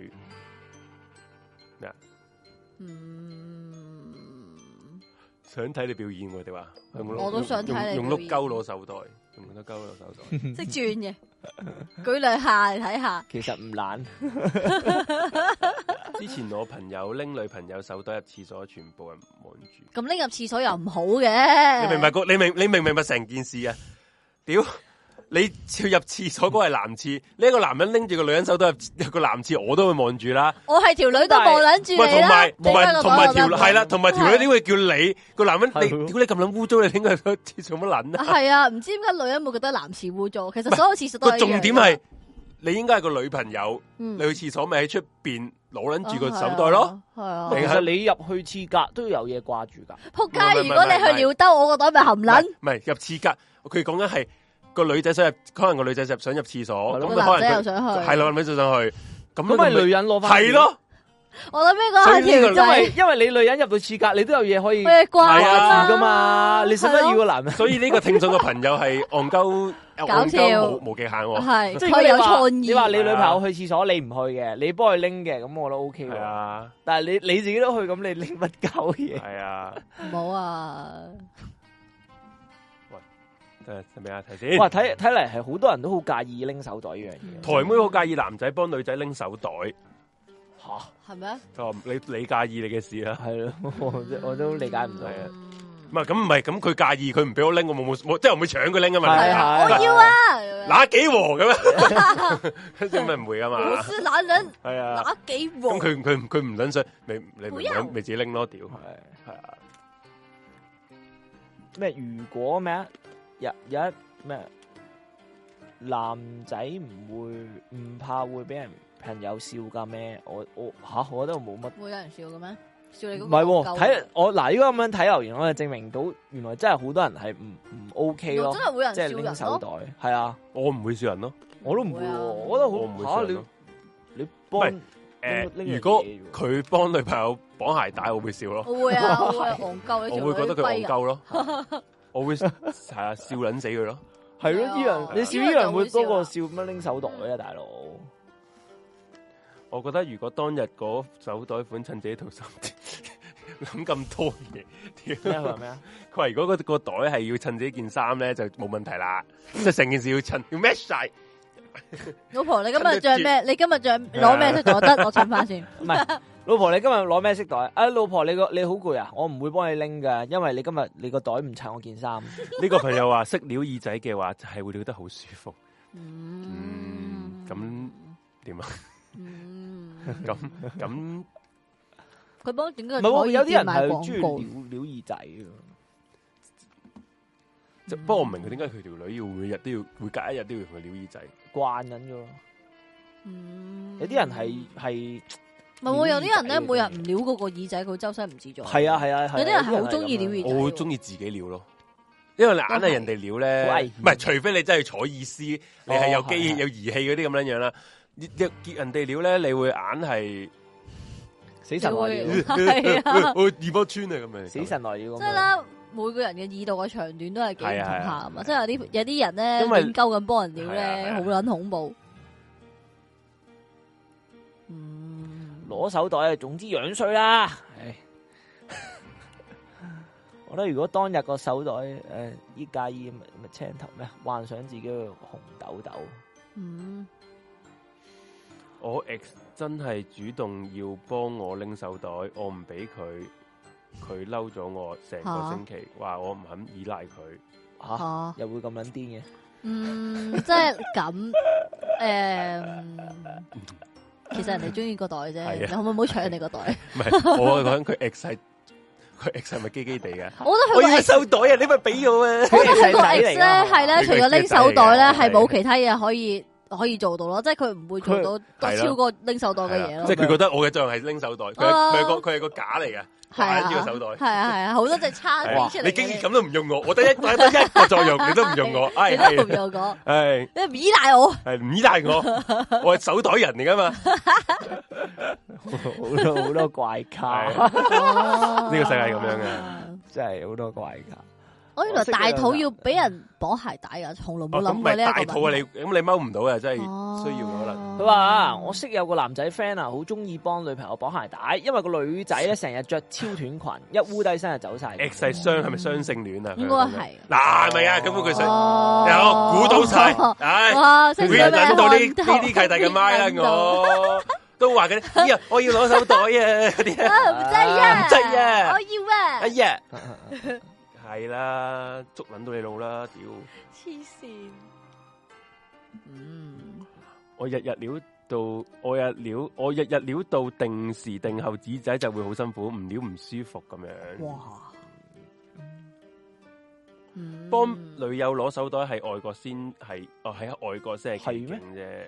嗯，想睇你表演喎，佢哋話用碌我都想睇你用表用碌演鳩攞手袋，用碌鳩攞手袋。識轉嘅，舉兩下嚟睇下。其實唔懶，之前我朋友拎女朋友手袋入廁所，全部人望住。咁拎入廁所又唔好嘅。你明唔明個？你明你明唔明白成件事啊？屌！你要入廁所嗰係男廁，呢一個男人拎住個女人手袋入入個男廁，我都會望住啦。我係條女都望撚住喂，你同啦，埋你同都係埋個同埋網絡條人係啦，同埋條女係點會叫你個男人？你係喎屌你咁撚污糟，你拎佢去廁所做乜撚 <laughs> 啊？係 <laughs> 啊，唔知點解女人會覺得男廁污糟，其實所有廁所都個係一樣重點係你應該係個女朋友，嗯你去廁所咪喺出邊攞 Ờ, 捻住個手袋咯。，系啊其你，實你入去廁格都有嘢掛住㗎，仆唔係街！如果你去尿兜，我個袋咪含唔撚係唔係入廁格，佢講緊係個女仔想入，可能個女仔入想入廁所，係咁咯個男佢可仔又能想佢去，係，咯，女仔想去，咁咁咪女人攞翻係，咯，我諗呢個係條因為仔，因為你女人入到廁格，你都有嘢可以佢係掛係掛啊住㗎嘛，你使乜要係咯個男人？所以呢個聽眾嘅朋友係戇鳩搞戇笑鳩無無極限喎，係即係如果佢你有話創意，你話你女朋友去廁所你唔去嘅，你幫佢拎嘅，咁我覺得 O K 係喎。啊但係你你自己都去，咁你拎乜鳩嘢？係啊，唔好啊，誒係咪啊睇先？哇，睇睇嚟係好多人都好介意拎手袋呢樣嘢。台妹好介意男仔幫女仔拎手袋，吓，係咪啊？佢話你你介意你嘅事啦。係咯，我真我都理解唔到。係啊嗯唔係咁唔係咁，佢介意佢唔俾我拎，我冇冇冇，即係我唔會搶佢拎啊嘛。係你明白啊我要啊！拿幾和 <laughs> 咁樣，咁咪唔會噶嘛。我是男人，係啊，拿幾咁黃？佢佢唔佢唔撚想，咪你咪不要咪咪自己拎咯，屌係係啊，咩？如果咩啊？有有一咩？男仔唔會唔怕會俾人朋友笑㗎咩？我我吓，我覺得我冇乜。會有人笑嘅咩？笑你嗰個唔係喎，夠啊睇我嗱，如果咁樣睇留言，我就證明到原來真係好多人係唔唔 OK 原來咯真，係會有人即係笑拎人手咯。袋，係啊，我唔會笑人咯，我都唔會會喎，啊我覺我得唔好會笑嚇人你咯。你幫誒，拎樣如果嘢喎佢幫女朋友綁鞋帶，我會 <laughs> 笑咯，我會啊，我會啊戇鳩你我做會覺得嗰啲佢龜戇啊鳩咯，我會係啊笑撚死佢咯，係咯，係啊呢樣你笑呢樣會多過笑乜拎手袋啊，大佬。我覺得如果當日嗰手袋款襯自己套衫， <laughs> 諗咁多嘢，咩屌！啊咩啊？佢話如果個個袋係要襯自己件衫咧，就冇問題啦，即係成件事要襯要 match 晒。老婆，你今日着咩？你今日着攞咩色就得，我襯翻先。唔係，老婆你今日攞咩色袋？啊，老婆你個你好攰啊，我唔會幫你拎㗎，因為你今日你個袋唔襯我件衫。呢個朋友話識撩耳仔嘅話，就係會撩得好舒服。嗯嗯，咁點啊？ <laughs> 嗯，咁咁佢幫整唔係個喎，有啲人係係中意撩撩耳仔㗎。就不過我唔明佢點解佢條女要每日都要每隔一日都要同佢撩耳仔。慣緊咗，嗯有啲人係係唔係喎，有啲人撩耳仔咧每日唔撩嗰個耳仔，佢周身唔自在。係啊係啊係啊，有啲人係好鍾意撩耳仔我會中意自己撩咯，因為你硬係人哋撩好咧危險，唔係除非你真係坐意思，你係有機係係有儀器嗰啲咁樣樣啦。你你見人哋撩咧，你會硬係死你神來會了， <laughs> 係 <laughs> 啊，我二波穿啊咁樣。死神來了咁樣。啊即係啦。每個人嘅耳道嘅長短都係幾唔同下啊嘛，即係啊係有啲有啲人咧因為亂鳩咁幫人撩係咧，啊好係撚恐怖。嗯，攞手袋啊，總之樣衰啦。唉 <laughs> 我覺得如果當日個手袋誒依介意咪咪青頭咩，幻想自己嘅紅豆豆，嗯，我 ex 真係主動要幫我拎手袋，我唔俾佢，佢嬲咗我成個星期，話我唔肯依賴佢。吓、嚇啊又會咁撚癲嘅。哦嗯，即係 <laughs> 咁，诶、其實人哋中意個袋啫，係你可啊唔可以唔好搶人哋 <laughs> 個袋？唔係，我講佢 ex 係佢 ex 係咪基基地嘅？<laughs> 我覺得佢我個要個 X，手袋啊！你咪俾我啊！我覺得佢個細 X 仔嚟㗎咧係咧，呢除個咗 X 拎手袋咧，係嚟㗎啊冇其他嘢可以可以做到咯，即係佢唔會做到多係超咯過拎手袋嘅嘢咯即。係佢覺得我嘅作用係拎手袋，佢係啊佢係個佢係個假嚟嘅，係啊，玩呢個手袋。係啊係啊，好多隻叉飛哇出嚟嘅。你竟然咁都唔用我，我得一我得一個作用，你都唔用我，唉你啊係都唔用講，係你唔依賴我，係唔依賴我，我係手袋人嚟噶嘛？ <laughs> 好多好多怪係咖，呢哦呢個世界咁樣嘅。 <laughs> 真係好多怪咖。哦我原來大肚要俾人綁鞋帶噶，啊從來冇啊哦咁諗過咪呢一個大問題肚啊！你咁你踎唔到啊，真係哦需要可能。佢話啊我識有個男仔 friend 啊，好中意幫女朋友綁鞋帶，因為個女仔咧成日着超短裙，一烏低身就走晒。 X 係雙係咪雙性戀啊？應該 Ờ. 係嗱，係咪啊？咁佢想哦有估 Ờ. 到晒，唉。 <laughs> 哇，識佢咗咩引到呢漢呢啲契弟漢嘅媽斗啦， <laughs> 我都話緊，哎呀，我要攞手袋啊，嗰啲啊，啊唔制啊，唔制啊我要啊哎，呀，係啦，捉撚到你老啦，屌！黐線，嗯，我日日撩到，我日撩，我日日撩到定時定候，紙仔就會好辛苦，唔撩唔舒服咁樣。哇，嗯幫女友攞手袋係外國先係，哦喺外國先係係咩奇景啫。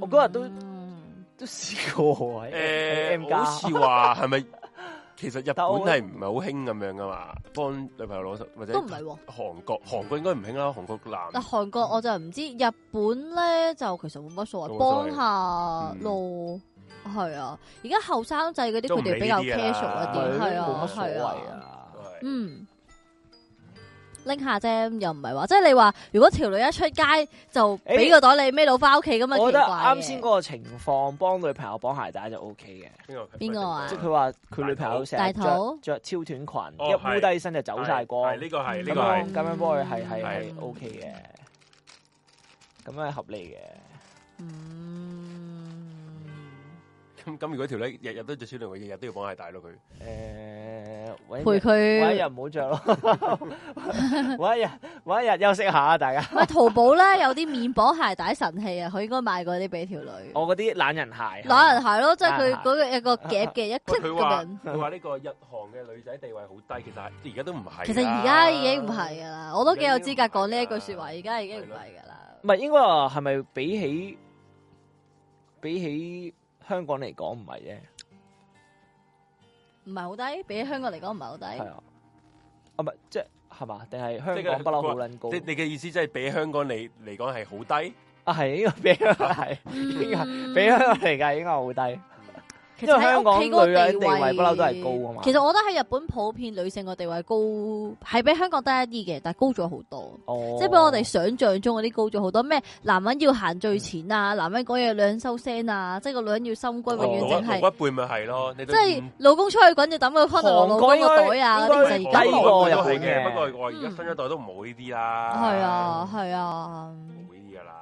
我嗰日都嗯都試過 <laughs> 喎喺诶、 M 好加，似話 <laughs> 係咪？其實日本但我係唔係好興咁樣噶嘛？幫女朋友攞手或者都唔係喎。韓國，韓國應該唔興啦，韓國男嗱，韓國我就唔知，日本咧就其實冇乜所謂，冇乜所謂幫下咯。係啊，而家後生仔嗰啲都唔佢理呢哋啲比較㗎 casual 啦係一啲，咯係冇乜啊，所係啊謂。啊。嗯，拎下啫，又唔係話，即係你話如果條女一出街就俾個袋你孭到翻屋企咁啊，我覺奇怪得嘅啱先嗰個情況，幫女朋友綁鞋帶就 O K 嘅，邊個邊個啊即係佢話佢女朋友成大日肚着着超短裙，哦一烏低身就走晒光，係呢個係呢咁樣個係係咁樣幫佢係係係係 O K 嘅，咁樣係合理嘅。嗯，咁咁。如果條女日日都着超短，佢日日都要綁鞋帶咯。佢诶，陪陪搵一日佢。唔好着咯，搵一日搵一日休息下啊，大家。咪淘寶咧有啲免綁鞋帶神器啊，佢應該買嗰啲俾條女。我嗰啲懶人鞋，懶人鞋咯，即係懶佢人嗰個有個夾嘅一 clip 佢咁話樣。佢話呢個日韓嘅女仔地位好低，其實係而家都唔啊係啦。其實而家已經唔係噶啦，我都幾有資格講呢一句说話。而而家已經唔係噶啦，唔係啊應該話係咪比起比起香港嚟講唔係啫，唔係好低，比起香港嚟講唔係好低。係啊，啊唔係即係嘛？定係香即係港佢不嬲好撚高你你嘅意思即係比香港你嚟講係好低？啊？係應該比香港係應該 <laughs> 嗯比香港嚟㗎應該好低，其因實為喺香港屋企嗰個女人地位不嬲都係高啊嘛其實我覺得喺日本普遍女性個地位高，係比香港低一啲嘅，但係高咗好多。哦，即係比我哋想象中嗰啲高咗好多，咩男人要行最前嗯啊，男人講嘢兩收聲啊，即係個女人要心歸，我永遠我淨係老一輩咪係咯，你即都係老公出去滾就抌個 condom 落老韓公國應該個袋啊，嗰啲應其實該而家低冇過日都本係嘅嘅，不過我而家新一代都冇呢啲啦。係啊，係啊，冇呢啲噶啦。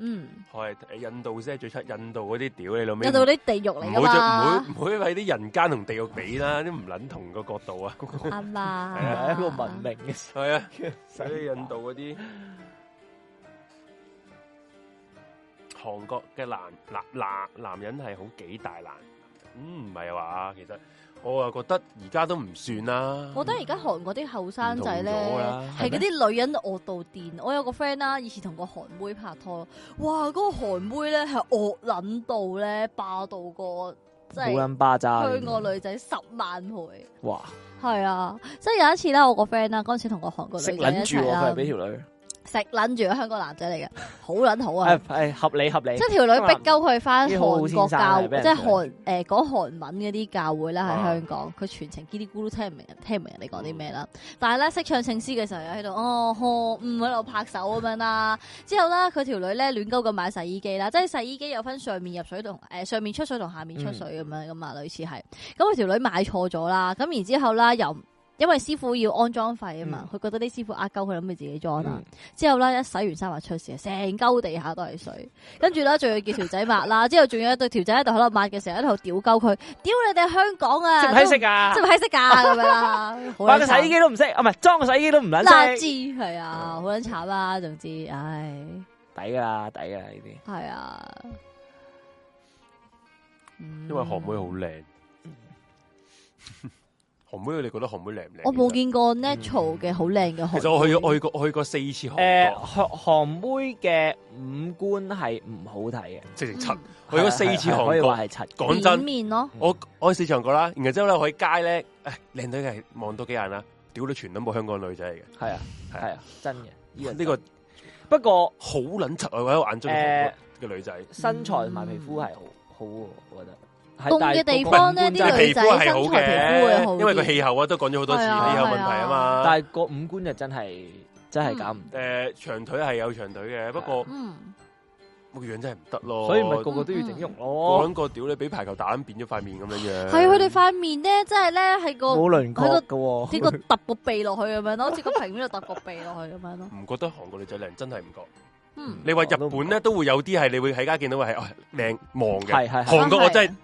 嗯，係印度先係最出，印度嗰啲屌你老味，入到啲地獄嚟噶唔好將嘛唔，好唔好喺啲人間同地獄比啦，啲唔撚同個角度啊。 <laughs> 啱 <laughs> 啦，係一個文明嘅係啊，世 <laughs> 所以印度嗰啲韓國嘅男男男男人係好幾大男，嗯唔係話，其實我啊覺得而家都唔算啦。我覺得而家韓國啲後生仔咧唔同咗啦，係嗰啲女人惡到癲。我有個 friend 啦，以前同個韓妹拍拖，哇！嗰、個韓妹咧係惡撚到咧，霸道過即冇係撚啊巴渣，香港女仔十萬倍。哇，係啊，即係有一次咧，我個 friend 啦，嗰陣時同個韓國食女仔一撚住喎齊啊佢啦係，俾條女，食撚住個啊香港男仔嚟嘅，好撚好啊係！係哎合理合理即，係條女逼鳩佢翻韓國啲好先生教，啊即俾人係講韓誒講韓文嗰啲教會啦，喺啊香港，佢全程嘰哩咕嚕聽唔明，聽唔明人哋講啲咩啦。但係咧識唱聖詩嘅時候又喺度哦呵，嗯喺度拍手咁樣啦。之後咧佢條女咧亂鳩咁買洗衣機啦，即係洗衣機有分上面入水同誒上面出水同下面出水咁樣噶嘛，類似係。咁佢條女買錯咗啦，咁然之後啦又唔。因為師傅要安裝費啊嘛，佢、覺得啲師傅呃鳩佢，諗住自己裝啊啦。嗯之後咧一洗完衫話出事，成鳩地下都係水，跟住咧仲要叫條仔抹啦， <laughs> 之後仲要對條仔喺度喺度抹嘅時候喺度屌鳩佢，屌你哋香港啊，識唔 <laughs> 識食啊都唔，識唔識 <laughs> 㗎咁樣啦，好買撚個洗衣慘機都唔識，啊唔係裝個洗衣機都唔垃撚識，圾係啊，好撚慘啦，總之，唉，抵㗎啦抵㗎啦呢啲。係啊，嗯因為韓妹好靚。 <laughs> 韓妹，你覺得韓妹靚唔靚？我冇。見過 natural 嘅好靚嘅韓妹，其實我去我去過我去過四次诶韓，國，韓韓妹嘅五官係唔好睇嘅，直情嗯七。我去過四次係係可以韓話國，係柒。講扁真。面咯，我我喺市場過啦，然後之後咧，我喺街咧，唉，靚女係望多幾眼啦，屌你全都冇香港女仔嚟嘅，系啊，係系啊，真嘅。呢個呢個不過好撚柒啊！喺我眼中嘅韓國嘅女仔，身材同埋皮膚係好好喎，我覺得。係凍但係嘅地個方呢五官啲真係女皮膚係好身材皮膚會好啲嘅，因為個氣候啊都講咗好多次係氣啊候問題啊嘛。但係個五官就真係真係搞唔掂，誒長腿係有長腿嘅，不過嗯，個樣真係唔得咯。所以咪個個都要整容咯，講個屌你俾排球打咁變咗塊面咁樣樣。係啊佢哋塊面咧，即係咧係個。冇輪佢廓嘅呢個喎。揼個鼻落去咁樣 <laughs> 咯，好似個平面度揼個鼻落去咁樣咯。唔覺得韓國女仔靚，真係唔覺。嗯，你話日本咧都會有啲係你會喺街見到係哦靚望嘅，係係係韓國我真係係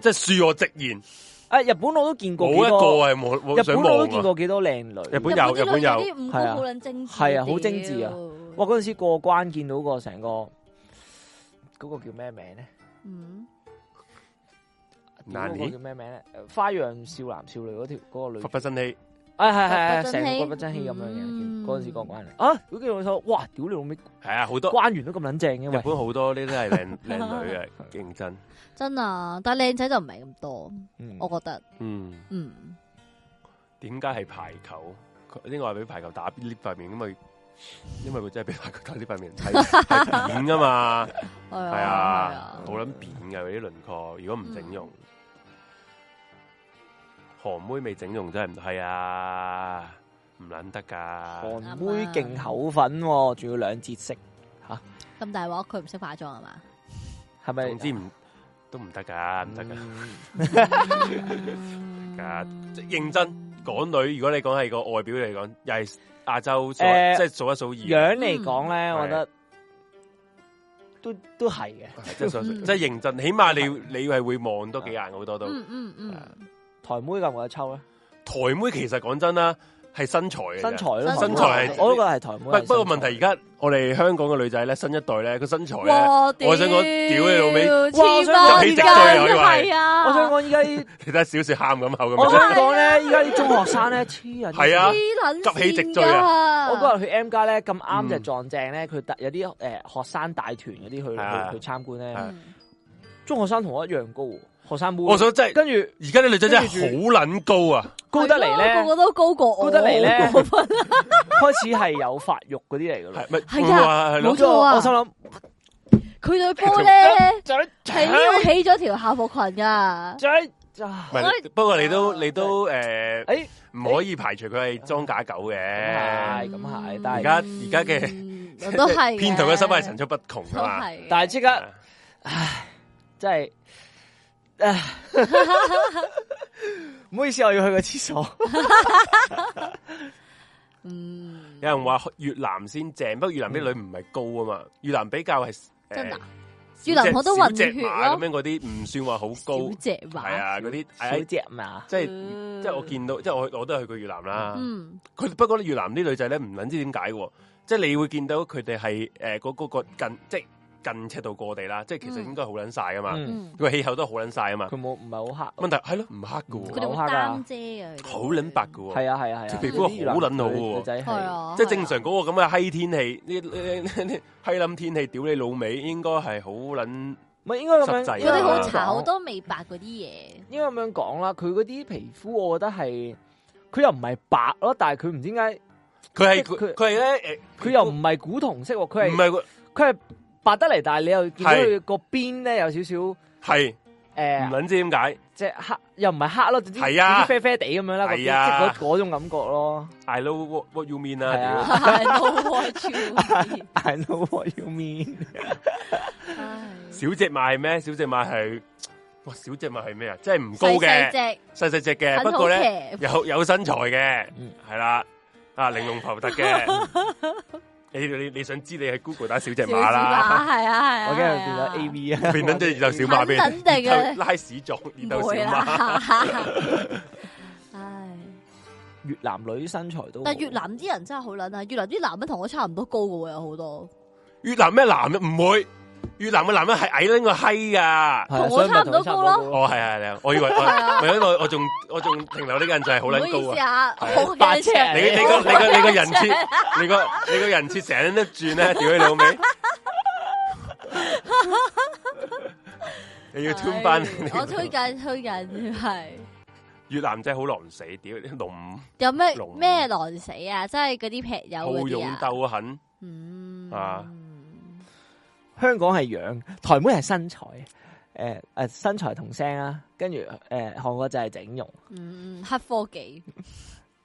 即係恕我直言，啊，日本我都見過冇幾一個多，係冇冇日本想我望都見啊。過幾多靚女日。本有啲日本有女仔啲五官好撚精緻，係啊好精緻啊哇！哇，嗰陣時過關見到個成個嗰個叫咩名咧？嗯，屌嗰個 Nani？叫咩名咧？呃花樣少男少女嗰條嗰個女佛不生氣，啊，係係佛係，真成希個骨不真氣咁樣嘅，嗰陣時嗰個關嚟啊！屌你老母，哇！屌你老味，系啊，好多關完都咁撚正嘅日喂，本好多呢啲 <laughs> 係靚靚女嘅，啊認真。真啊，但系靓仔就唔系咁多，嗯我觉得，嗯，嗯，點解係排球？佢應該係俾排球打呢塊面，因為因為佢真係俾排球打呢塊面係係扁噶嘛，系係啊，係啊啊，好撚扁嘅佢啲輪廓，如果唔整容，韓妹未整容真係唔係啊，唔撚得㗎。韓妹勁口粉喎，仲要兩節色，咁大镬，佢唔识化妆系 <laughs> 嘛？係咪？總之唔都唔得㗎，唔得㗎。啊嗯嗯啊即係認真港女，如果你講係個外表嚟講，又係亞洲數一誒即係數一數二。樣嚟講咧，嗯我覺得都都係嘅。即系嗯即系认真，起码你你系会望多几眼好多都。嗯嗯啊嗯，台妹夠唔夠得抽咧？台妹其实讲真啦，系身材嘅啫身材咯，身台材妹啊係我都覺得係台妹不係身材。不过问题而家我哋香港嘅女仔咧，新一代咧个身材咧，哇，屌啊我想講屌你老味哇我黐想講孖你直筋對啊以為係啊，我想講依家啲，你睇小雪喊咁口我咁想哦樣。講咧，依家啲中學生 <laughs> 咧黐人。係啊黐撚急起直追啊我嗰日去 M 家咧，咁啱就嗯撞正咧，佢帶有啲誒學生大團嗰啲去啊去去參觀咧，係嗯中學生同我一樣高喎，學生妹。我想真系，跟住而家啲女仔真系好捻高啊！高得嚟係咯個咧，個都高過 <laughs> 我，高得嚟咧好過分開始係有發育嗰啲嚟噶啦。系咪？係啊係冇咯跟住我我心諗，佢對波咧長係呢度起咗條校服裙噶，長啊唔哎係不過你啊都你都诶，誒唔可以排除佢係裝假狗嘅。啊係咁係但係而家而家嘅嗯都係騙徒嘅手法係層出不窮都啊嘛。係嘅，但係即刻，真係，唉 <laughs> 唔好意思，我要去個廁所。啊嗯，有人話越南先正，不過越南啲女唔係高啊嘛，越南比較係真㗎，誒越南好多小混隻血馬咯咁樣嗰啲唔算話好小高，隻馬，係啊嗰啲小誒，隻嘛，即係嗯即係我見到，即係我我都係去過越南啦。嗯，佢不過咧越南啲女仔咧唔撚知點解喎，即係你會見到佢哋係誒嗰嗰個近即係近赤道過地啦，即係其實嗯應該好撚晒噶嘛，嗯嗯，佢氣候都好撚晒啊嘛。佢冇唔係好黑問。題係咯，唔黑嘅佢喎，哋好會黑㗎擔遮嘅，佢哋好撚白嘅喎。係啊係啊係啊，即係皮膚好撚好喎女仔係係啊，即係正常嗰個咁嘅閪天氣，呢呢呢呢閪冧天氣，屌你老味，應該係好撚唔係應該咁實樣？際嗰啲好慘搽好多美白嗰啲嘢，應該咁樣講啦，佢嗰啲皮膚，我覺得係佢又唔係白咯，但係佢唔知點解，佢係即係佢佢佢係咧誒，佢又唔係古銅色喎，佢係唔係個佢係白得嚟，但係你又見到係佢個邊咧有少少呃係唔誒，撚知點解即係黑又唔係黑咯，總之係啊總之啡啡地咁樣啦，個邊即係係啊嗰嗰種感覺咯。 I know what what you mean 係啊啊， no what you I know what you mean。 mean，屌小隻馬係咩？小隻馬係哇，小隻馬係咩啊？即係唔 <laughs> 高細細嘅，細細隻只，嘅，很不好過咧騎，有有身材嘅嗯，係啦，啊玲瓏浮凸嘅。 <laughs> 你你你想知你喺 Google 打小隻小隻馬啦，係啊係啊，我驚佢變咗 A V 啊，變撚咗二鬥小馬俾人肯定嘅拉屎撞二鬥唔會啊小馬。啦， <laughs> 唉，越南女身材都好，但係越南啲人真係好撚啊！越南啲男人同我差唔多高嘅喎，有好多越南咩男人唔會，越南嘅男人係矮拎個閪噶。係啊同我所以咪差唔多高咯哦，係係係，我以為我啊我因為我我仲我仲停留呢個印象係好唔好意撚思高啊！啊，係好八嘅尺長你你個你個你個人設，你個你個人設成日都轉咧，屌你老 <laughs> 味！哎你要 turn 翻唉我推緊推緊係。 <laughs> 越南仔好狼死，屌你龍有咩龍咩狼死啊？即係嗰啲劈友好嗰勇啲啊？鬥狠，嗯啊香港係樣，台妹係身材，诶、诶、身材同聲啊，跟住诶韓國就係整容，嗯，黑科技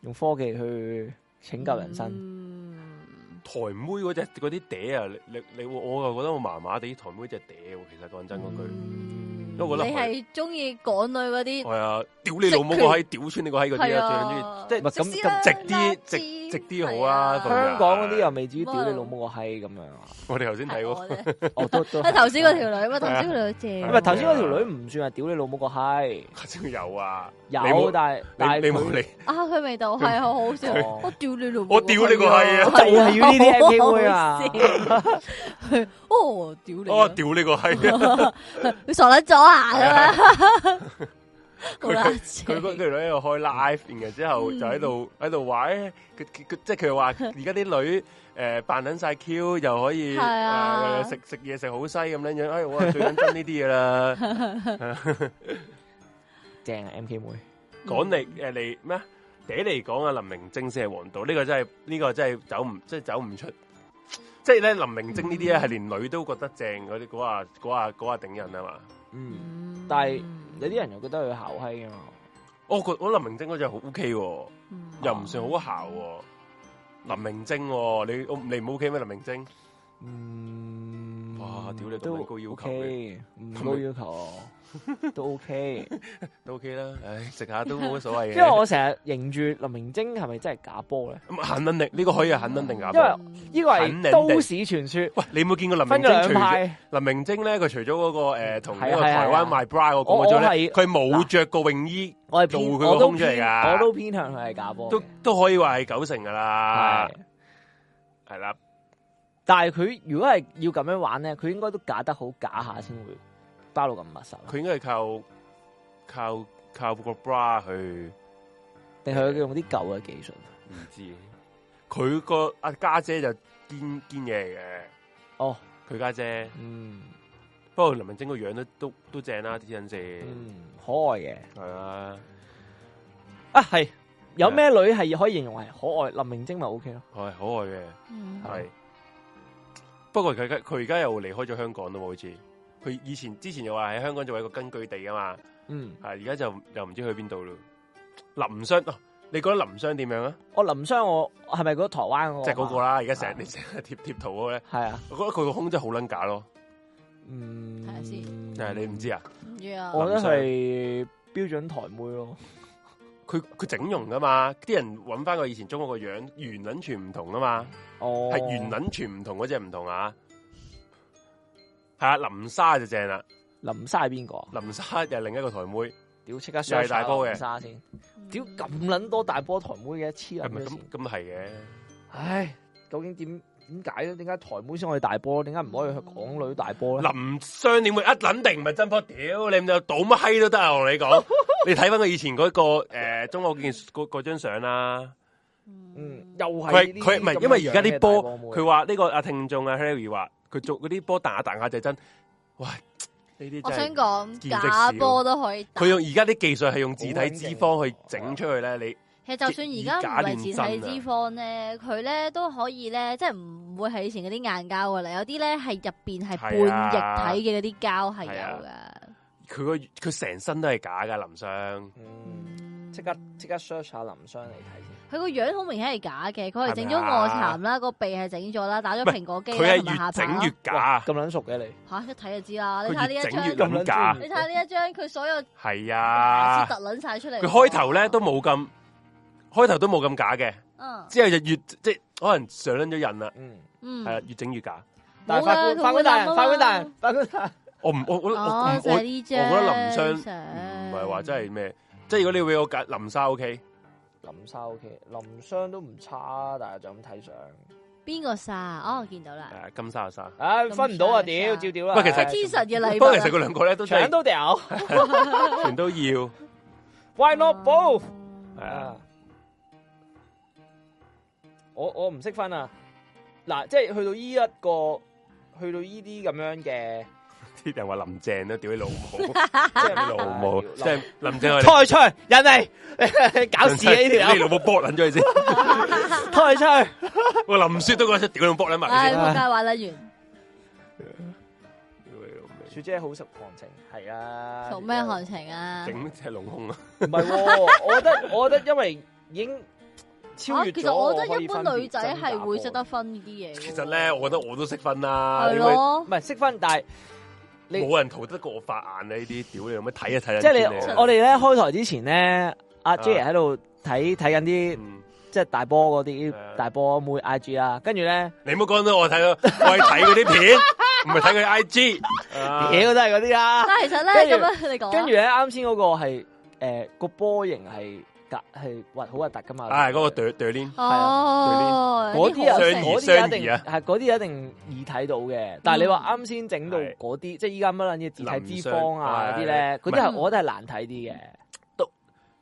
用科技去拯救人生。嗯台妹嗰只嗰啲嗲啊，你你你我又覺得我麻麻地台妹只嗲喎，其實講真嗰句。嗯因為我覺得你佢係中意港女嗰啲系啊，屌你老母個閪，屌穿你個閪嗰啲係啊，啊最緊要即係唔係咁咁直啲直直啲好啊係咁香樣港嗰啲又未至於啊屌你老母個閪咁樣 <laughs> 啊，我哋頭先睇係 <laughs> 過，我啫我都都啊頭先嗰條女，喂，頭先嗰條女正唔喎，係頭先嗰啊條女唔算係屌你老母個閪，真有啊，你有冇但係但係你你冇佢理，啊，佢味道係好好笑佢，我屌你老母，我屌你個閪啊就 <laughs> 係要呢啲 M K 妹啊好！好笑！哦，屌你啊， <laughs> 我屌你個閪， <laughs> 你傻撚咗啊咁樣。好啦， <laughs> 佢嗰佢女喺度開 live，然之後就喺度喺度話，誒佢佢佢即係 <laughs> 佢話而家啲女誒扮撚晒 Q，又可以係啊誒食食嘢食好西咁樣樣，哎我係最緊憎呢啲嘢啦，正啊 M K 妹， <laughs> 講嚟誒嚟咩啊？嗲嚟講啊，林明晶先係王道，呢個真係呢個真係走唔即係走唔出，即係咧林明晶呢啲咧係連女都覺得正嗰啲嗰下嗰下嗰下頂人啊嘛，嗯，嗯但係有啲人又覺得佢姣閪噶嘛，我覺我林明晶嗰隻好 OK 喎。嗯又唔算好姣喎，林明晶喎、你我你唔 OK 咩？林明晶嗯，哇屌你咁都撚高要求 OK，唔高要求都 OK，都 OK 啦，唉，食下都冇乜所謂嘅。因為我成日認住林明晶係咪真係假波咧？咁肯定呢個可以係肯定定㗎。因為呢個肯定係地都市傳說，喂，你有冇見過林分咗明晶兩除咗？派。林明晶咧，佢除咗嗰個誒同呢係個啊係啊台灣賣 bra 嗰個我講咗我咧，係佢冇着過泳衣，我係偏，露佢個我都胸出嚟偏，㗎我都偏向佢係假波嘅。都都可以話係九成㗎啦係。，係啦，但係佢如果係要咁樣玩咧，佢應該都假得好假下先會包到咁密實。佢應該係靠靠靠個 bra 去定係佢用啲舊嘅技術？唔知。佢個阿家姐就堅堅嘢嚟嘅，哦，佢家姐嗯不過林明晶個樣都都都正啦，啲人先嗯，可愛嘅係啊，啊，係有咩女係可以形容係可愛？林明晶咪 O K 咯，可愛可愛嘅嗯係係。不過佢而家佢而家又離開咗香港咯喎，好似佢以前之前又話喺香港做一個根據地啊嘛，嗯，係而家就又唔知去邊度咯。林湘、哦，你覺得林湘點樣啊？我林湘我係咪嗰個台灣嗰即係嗰個啦？啦，而家成日 <laughs> 啊你成日貼貼圖嗰個咧，係啊，我覺得佢個胸真係好撚假咯。嗯，睇下先誒，你唔知啊？唔知啊，我覺得係標準台妹咯，佢佢整容噶嘛，啲人揾翻佢以前中國個樣，完撚全唔同啊嘛。哦，系原捻全唔同嗰只唔同啊，系啊，林莎就正啦，林莎係邊個啊？林莎又係另一個台妹，屌，即刻係 search 大波嘅林莎先。嗯屌咁撚多大波台妹嘅黐係撚咪咗線咁咁係嘅？唉，究竟點點解咧？點解台妹先可以大波？點解唔可以去港女大波咧？林湘點會一捻定唔係真波？屌你咪有賭乜閪都得啊！我 <laughs> 同你講，你睇翻佢以前嗰、個诶、誒中國件嗰嗰張相啦，嗯，又係佢呢啲佢唔咁係樣因為而家樣啲嘅波大妹，佢話呢個阿聽眾啊 Harry 話佢做嗰啲波彈下彈下就真，哇！呢啲我真想係講見識假少波都可以打佢用而家啲技術係用自體脂肪去整出去咧，你其實就算而家唔係自體啊脂肪咧，佢咧都可以咧，即係唔會係以前嗰啲硬膠噶啦，有啲咧係入邊係半啊液體嘅嗰啲膠係有噶。佢個佢成身都係假噶，林湘。嗯即刻即刻 search 下林湘嚟睇先。佢個樣好明顯係假嘅，佢係整咗卧蠶啦，個鼻係整咗啦，打咗蘋果肌佢啦，啊係同埋下越巴整啦。越假，咁撚熟嘅你，吓一睇就知啦！你睇下佢呢一越整張，越張撚假咁撚專業。你睇下呢一張，佢所有係牙啊齒，突撚晒出嚟。佢開頭咧都，冇咁，開頭都冇咁假嘅，嗯之後就越即係可能上撚咗人啦，嗯，嗯，係啊，越整越假。但係冇法啦官佢法官大人，會諗啊法官大人，法官大人，我唔我我我我哦，就我係唔呢張。覺得林相唔係話真係咩，即係如果你俾我揀林莎 OK，林莎 OK，林湘都唔差，但係就咁睇相，邊個沙？哦，見到啦，誒金莎就莎。唉，分唔到啊，咁屌，差照屌啦。喂其實佢天神嘅禮不過其實物啊佢兩個咧都真搶係都掉 <laughs> <laughs> 全都要， ，Why not 嗯 both？係啊，我我唔識分啊！嗱，即係去到依一個，去到依啲咁樣 <laughs> 嘅啲人話林鄭都屌你老母，屌你老母，即係林 <laughs> 鄭我哋推出去，人哋 <laughs> 搞事啊！呢條屌你友老母搏撚咗佢先。推出去，我林雪都嗰出屌你卜撚埋唉，先，仆街玩得完，屌你老味雪姐好熟行情，係啊，做咩行情啊？整隻龍胸啊！ <laughs> 唔係 <laughs> 喎，我覺得我覺得因為已經超啊越咗，其實我覺得一可以分般別女仔係會識得分呢啲嘢嘅。其實咧，我覺得我都識分啦，係真因為假波，咯唔，係識分，但係你冇人逃得過我法眼啊！呢啲屌你老味睇一睇就即係你知我哋咧開台之前咧，阿啊 J 喺度睇睇緊啲嗯即係大波嗰啲誒大波妹 I G 啦，跟住咧，你唔好講到 <laughs> 我睇到，我係睇嗰啲片，唔係睇佢 I G。屌啊都係嗰啲啦。但係其實咧跟住咁樣你講啊，跟住咧，啱先嗰個係诶個波形係格係核好核突噶嘛，唉，嗰個對對聯，哦，嗰啲啊，有相好宜嗰啲一相宜定啊係嗰啲一定易睇到嘅。但係你話嗯啱先整到嗰啲，即係依家乜撚嘢自體脂肪啊嗰啲咧，嗰啲係我覺得係難睇啲嘅。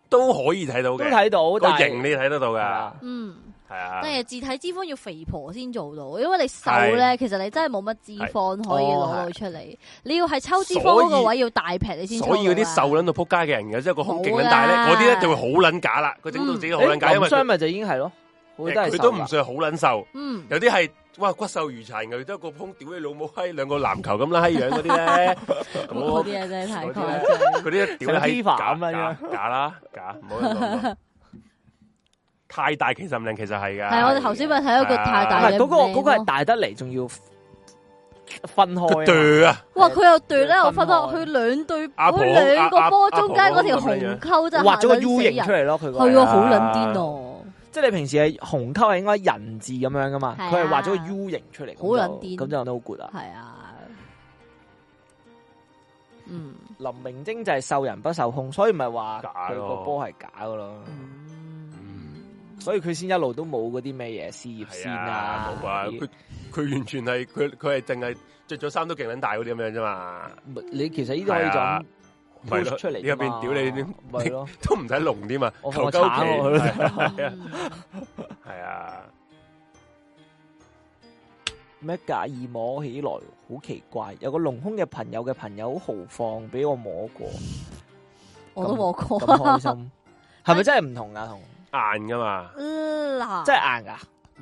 都可以睇都到嘅，睇到，個但係型你睇得到係噶啊，嗯。系啊，但係自體脂肪要肥婆先做到，因為你瘦係咧，其實你真係冇乜脂肪可以攞到出嚟。你要係抽脂肪嗰個位要大劈你先抽到所啊。以嗰啲瘦捻到扑街嘅人嘅，即係個胸勁冇捻啦大咧，嗰啲咧就會好捻假啦，佢整到自己好捻假，誒因林為佢湘咪就已經係咯，佢都係佢瘦都唔㗎算好捻瘦，嗯，有啲係哇骨瘦如柴，然後都個胸屌你老母閪，兩個籃球咁啦閪樣嗰 <laughs> 啲咧，嗰我啲嘢真係太誇嗰張。嗰啲屌成你閪 Tifa 假咁樣假假啦假，唔好咁講太大其實唔靚，其實係噶，係我哋頭先咪睇咗個太唔大係嘅嗰個唔靚嗰個係咯大得嚟，仲要分個開啊哚啊，哇！佢又對咧，我發覺分開佢兩對，阿婆佢兩個波阿阿中間嗰條阿婆咁樣紅溝真係畫咗個 U 型嚇撚出死人，嚟咯，佢個係係喎，啊好撚癲哦！即係你平時係紅溝係應該人字咁樣噶嘛，係啊佢係畫咗個 U 型出嚟，咁好就撚癲咁就都好 good 啦。係啊，嗯林明晶就係瘦人不受控，所以咪話假佢咯個波係假噶咯，嗯，所以佢先一路都冇嗰啲咩嘢事業係線啊啊，冇啊，佢佢完全係佢佢係淨係着咗衫都勁捻大嗰啲咁樣啫嘛，你其實呢啲可以係啊就咪咁咯 push 出嚟呢㗎一邊嘛，屌你啲咪咯，都唔使濃添嘛，我我求鳩其慘喎佢都係啊嗯係啊。咩假意摸起來好奇怪，有個隆胸嘅朋友嘅朋友好豪放俾我摸 <laughs> 過，我都冇咁過。開心，係咪真係唔同啊？ <laughs> 同硬噶嘛？嗯嗱，真係硬噶，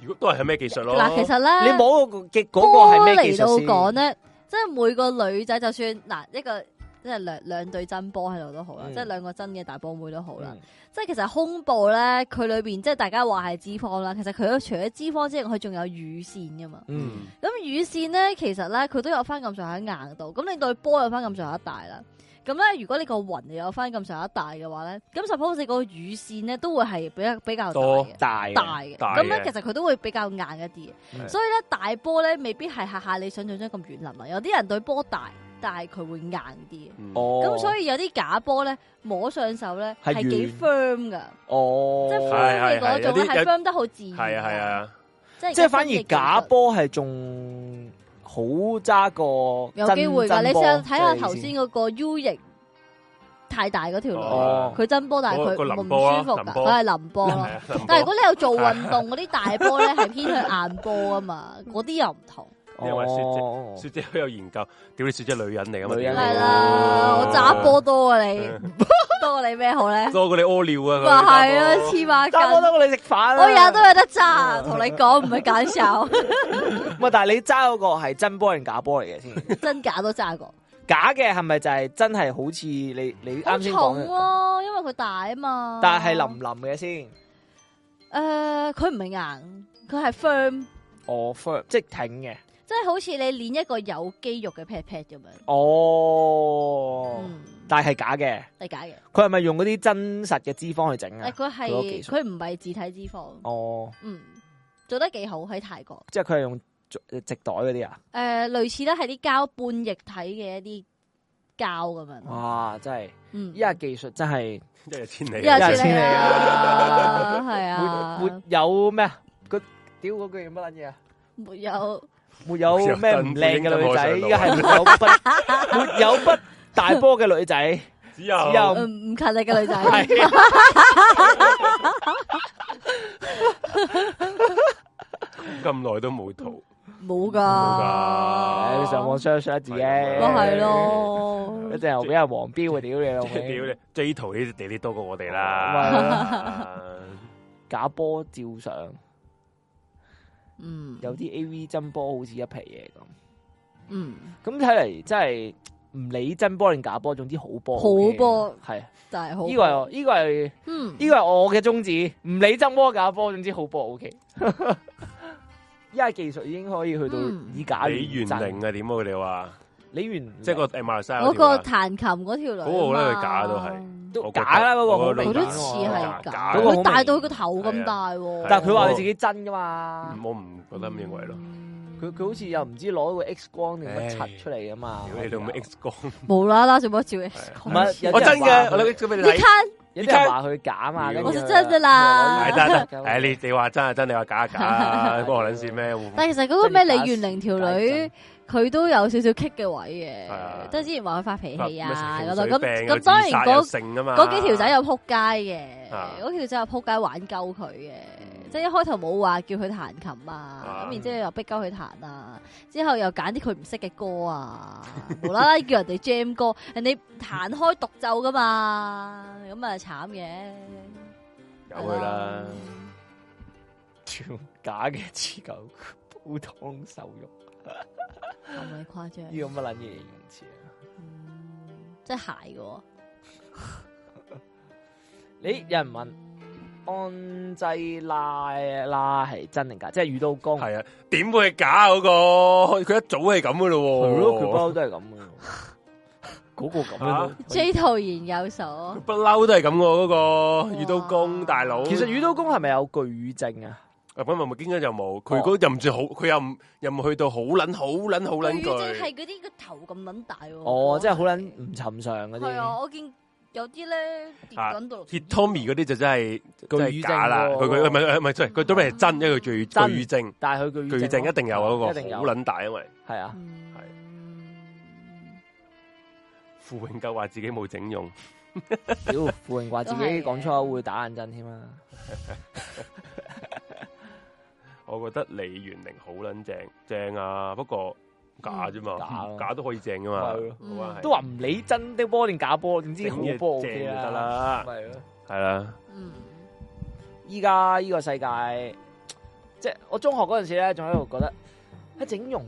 如果都系睇咩技術咯。嗱，其實咧，你摸嗰個嘅嗰波個係咩技嚟到術先？講咧，即係每個女仔就算嗱一個即係兩兩對真波喺度都好啦，嗯即係兩個真嘅大波妹都好啦。嗯即係其實胸部咧，佢裏边即係大家話係脂肪啦，其實佢除咗脂肪之外，佢仲有乳腺噶嘛。嗯，咁乳腺咧，其實咧佢都有翻咁上下硬度，咁你對波有翻咁上下大啦。咁咧，如果你個雲又有翻咁上下大嘅話咧，咁 suppose 你個乳腺咧都會係比較比較大多嘅。大嘅啊大嘅，大咁咧嘅其實佢都會比較硬一啲嗯嘅，所以咧大波咧未必係下下你想象中咁軟腍啊腍，有啲人對波大，但係佢會硬啲嘅，嗯哦，咁所以有啲假波咧摸上手咧係係幾軟 firm 噶，哦即，係係 firm 係嘅係嗰種有咧啲係有 firm 得好自然，係啊係，啊，即係即係反一分而嘅假技術波係仲好揸過有真機會㗎，真你波試下睇下即係頭意思先嗰個 U 型太大嗰條女，哦佢真波但係嗰個佢林唔波啊舒服林㗎，波佢係林波咯。係啊林但系波如果你有做運動嗰啲大波咧，係偏向硬波啊嘛，嗰啲又唔同。因為雪姐哦雪姐都有研究，屌你雪姐女人嚟噶嘛？女人嚟係㗎啦，我揸波多過你，嗯多過你咩好 <laughs> 咧？多過你屙尿啊！哇，佢係啊，黐孖揸波筋，得過你食飯啊我日都有得揸，同你講唔係揀手，唔係但係你揸嗰個係真波定假波嚟嘅先？ <laughs> <laughs> 真假都揸過。假嘅係咪就係真係好似你你好啱先講重啊嘅？咯，因為佢大啊嘛。但係淋唔淋嘅先？诶，佢唔係硬，佢係 firm，哦 f i r 即係挺嘅。即係好似你練一個有肌肉嘅 pat pat 咁樣。哦，嗯，但係假嘅，係假嘅。佢係咪用嗰啲真實嘅脂肪去整但啊？佢佢個技係術佢唔係自體脂肪。哦，嗯，做得幾好喺泰國。即係佢係用直袋嗰啲啊？誒、類似咧係啲膠半液體嘅一啲膠咁樣。哇，真係嗯，依家技術真係〜一日千里，一日日千千里里啊，係没啊，有咩啊？個屌嗰句乜撚嘢啊？沒有沒有咩唔靚嘅女仔，沒有依凳背家係沒有不沒有不大波嘅女仔，只有只有呃唔勤力嘅女仔，係咁耐都冇圖，冇㗎㗎。你上網 search search 自己，咪咪係一咯，陣又俾人黃標啊！屌你老即係屌味，你 J 圖呢啲地啲多過我哋咪係啦。假波照相，嗯，有啲 A V 真波好似一皮嘢咁。嗯，咁睇嚟真係唔理真波定假波，總之好波好波係就係好。呢個係呢個係嗯，呢個係我嘅宗旨，唔理真波假波，總之好波 O K。依家技術已經可以去到嗯以假李亂元真玲啊，點啊？佢哋話李元即係個誒馬來西亞嗰條個啊彈琴嗰條女啊嘛，嗰個咧佢假都係都我覺假得啦，嗰個好我覺得明佢都顯似喎係假假，嗰個好佢大明到佢個頭咁大係啊喎。啊但係佢話嗰佢個自己真噶嘛，我唔覺得咁認為咯。佢佢好似又唔知攞個 X 光定乜柒出嚟噶嘛啊屌，你老母 X 光，無啦啦做乜照 X 唔係有光？我啲人真話嘅，佢我攞 X 光俾你你睇，看有啲人話佢減啊，跟住我就真㗎啦系冇啦得得，诶你你话真系真，你话假系假，关我卵事咩？但系其實嗰個真咩係李元玲條女真，佢都有少少棘嘅位係啊嘅，即係之前話佢發脾氣啊嗰度，咁咁咁當然嗰性啊嘛，嗰幾條仔又撲街嘅，啊嗯嗰幾條仔又撲街玩鳩佢嘅，即係一開頭冇話叫佢彈琴啊，啊咁然之後又逼鳩佢彈啊，之後又揀啲佢唔識嘅歌 <laughs> 啊，無啦啦叫人哋 jam 歌，人哋彈開獨奏噶嘛，咁啊慘嘅，有佢啦， <laughs> 條假嘅黐狗煲湯瘦肉，係咪誇張？呢個乜撚嘢形容詞啊？嗯即係鞋嘅喎。你有人問安濟拉拉係真定假？即係遇到公系啊，点会係假嗰個？ <laughs> 佢一早係咁噶咯喎，係咯，佢不嬲都係咁嘅喎，哦 <laughs> 嗰個咁樣啊都 J 套研究所佢不嬲都係咁喎，嗰個哇遇到公大佬。其實遇到公係咪有巨乳症啊？啊咁咪咪應該就哦冇，佢嗰又唔算好，佢又唔又唔去到好撚好撚好撚佢正句係。嗰啲個頭咁撚大喎。哦，即係好撚唔尋常嗰係啊！啲我見有啲咧跌緊到落地鐵啊 Tommy 嗰啲就真係真巨係乳症假啦，喎佢佢唔係唔係，sorry，佢都係真，因為巨真巨症但係佢巨巨乳症症一定有啊一嗰定個有好撚大，因為係啊，嗯傅永夠話自己冇整容，屌傅榮話自己都係嘅講錯會打眼震添啊！我覺得李元玲好撚正正啊，不過假啫嗯假嘛咯，假都可以正噶嘛係咯，嗯冇關係都話唔理真的波定假波，總之整好嘢波 O 正 K 就啦。得啦，咪咯，係啦，嗯，依家依個世界，即係我中學嗰陣時咧，仲喺度覺得啊整容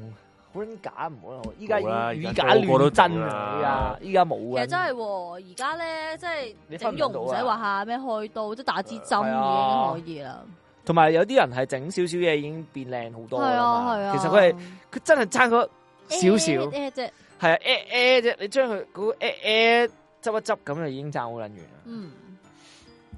好撚假唔好啦。依家已冇啦經以而假家個個亂都真整啊啦！依家依家冇其啊實，真係喎，而家咧即你係分整唔到啊容唔使話下咩開刀，即係打支係啊針已經可以啦。同埋有啲人係整少少嘢已經變靚好係多㗎啊係嘛啊，其實佢係佢真係爭嗰少少，誒即係係啊誒誒啫，你將佢嗰個誒誒執一執咁就已經爭好撚遠啦。嗯，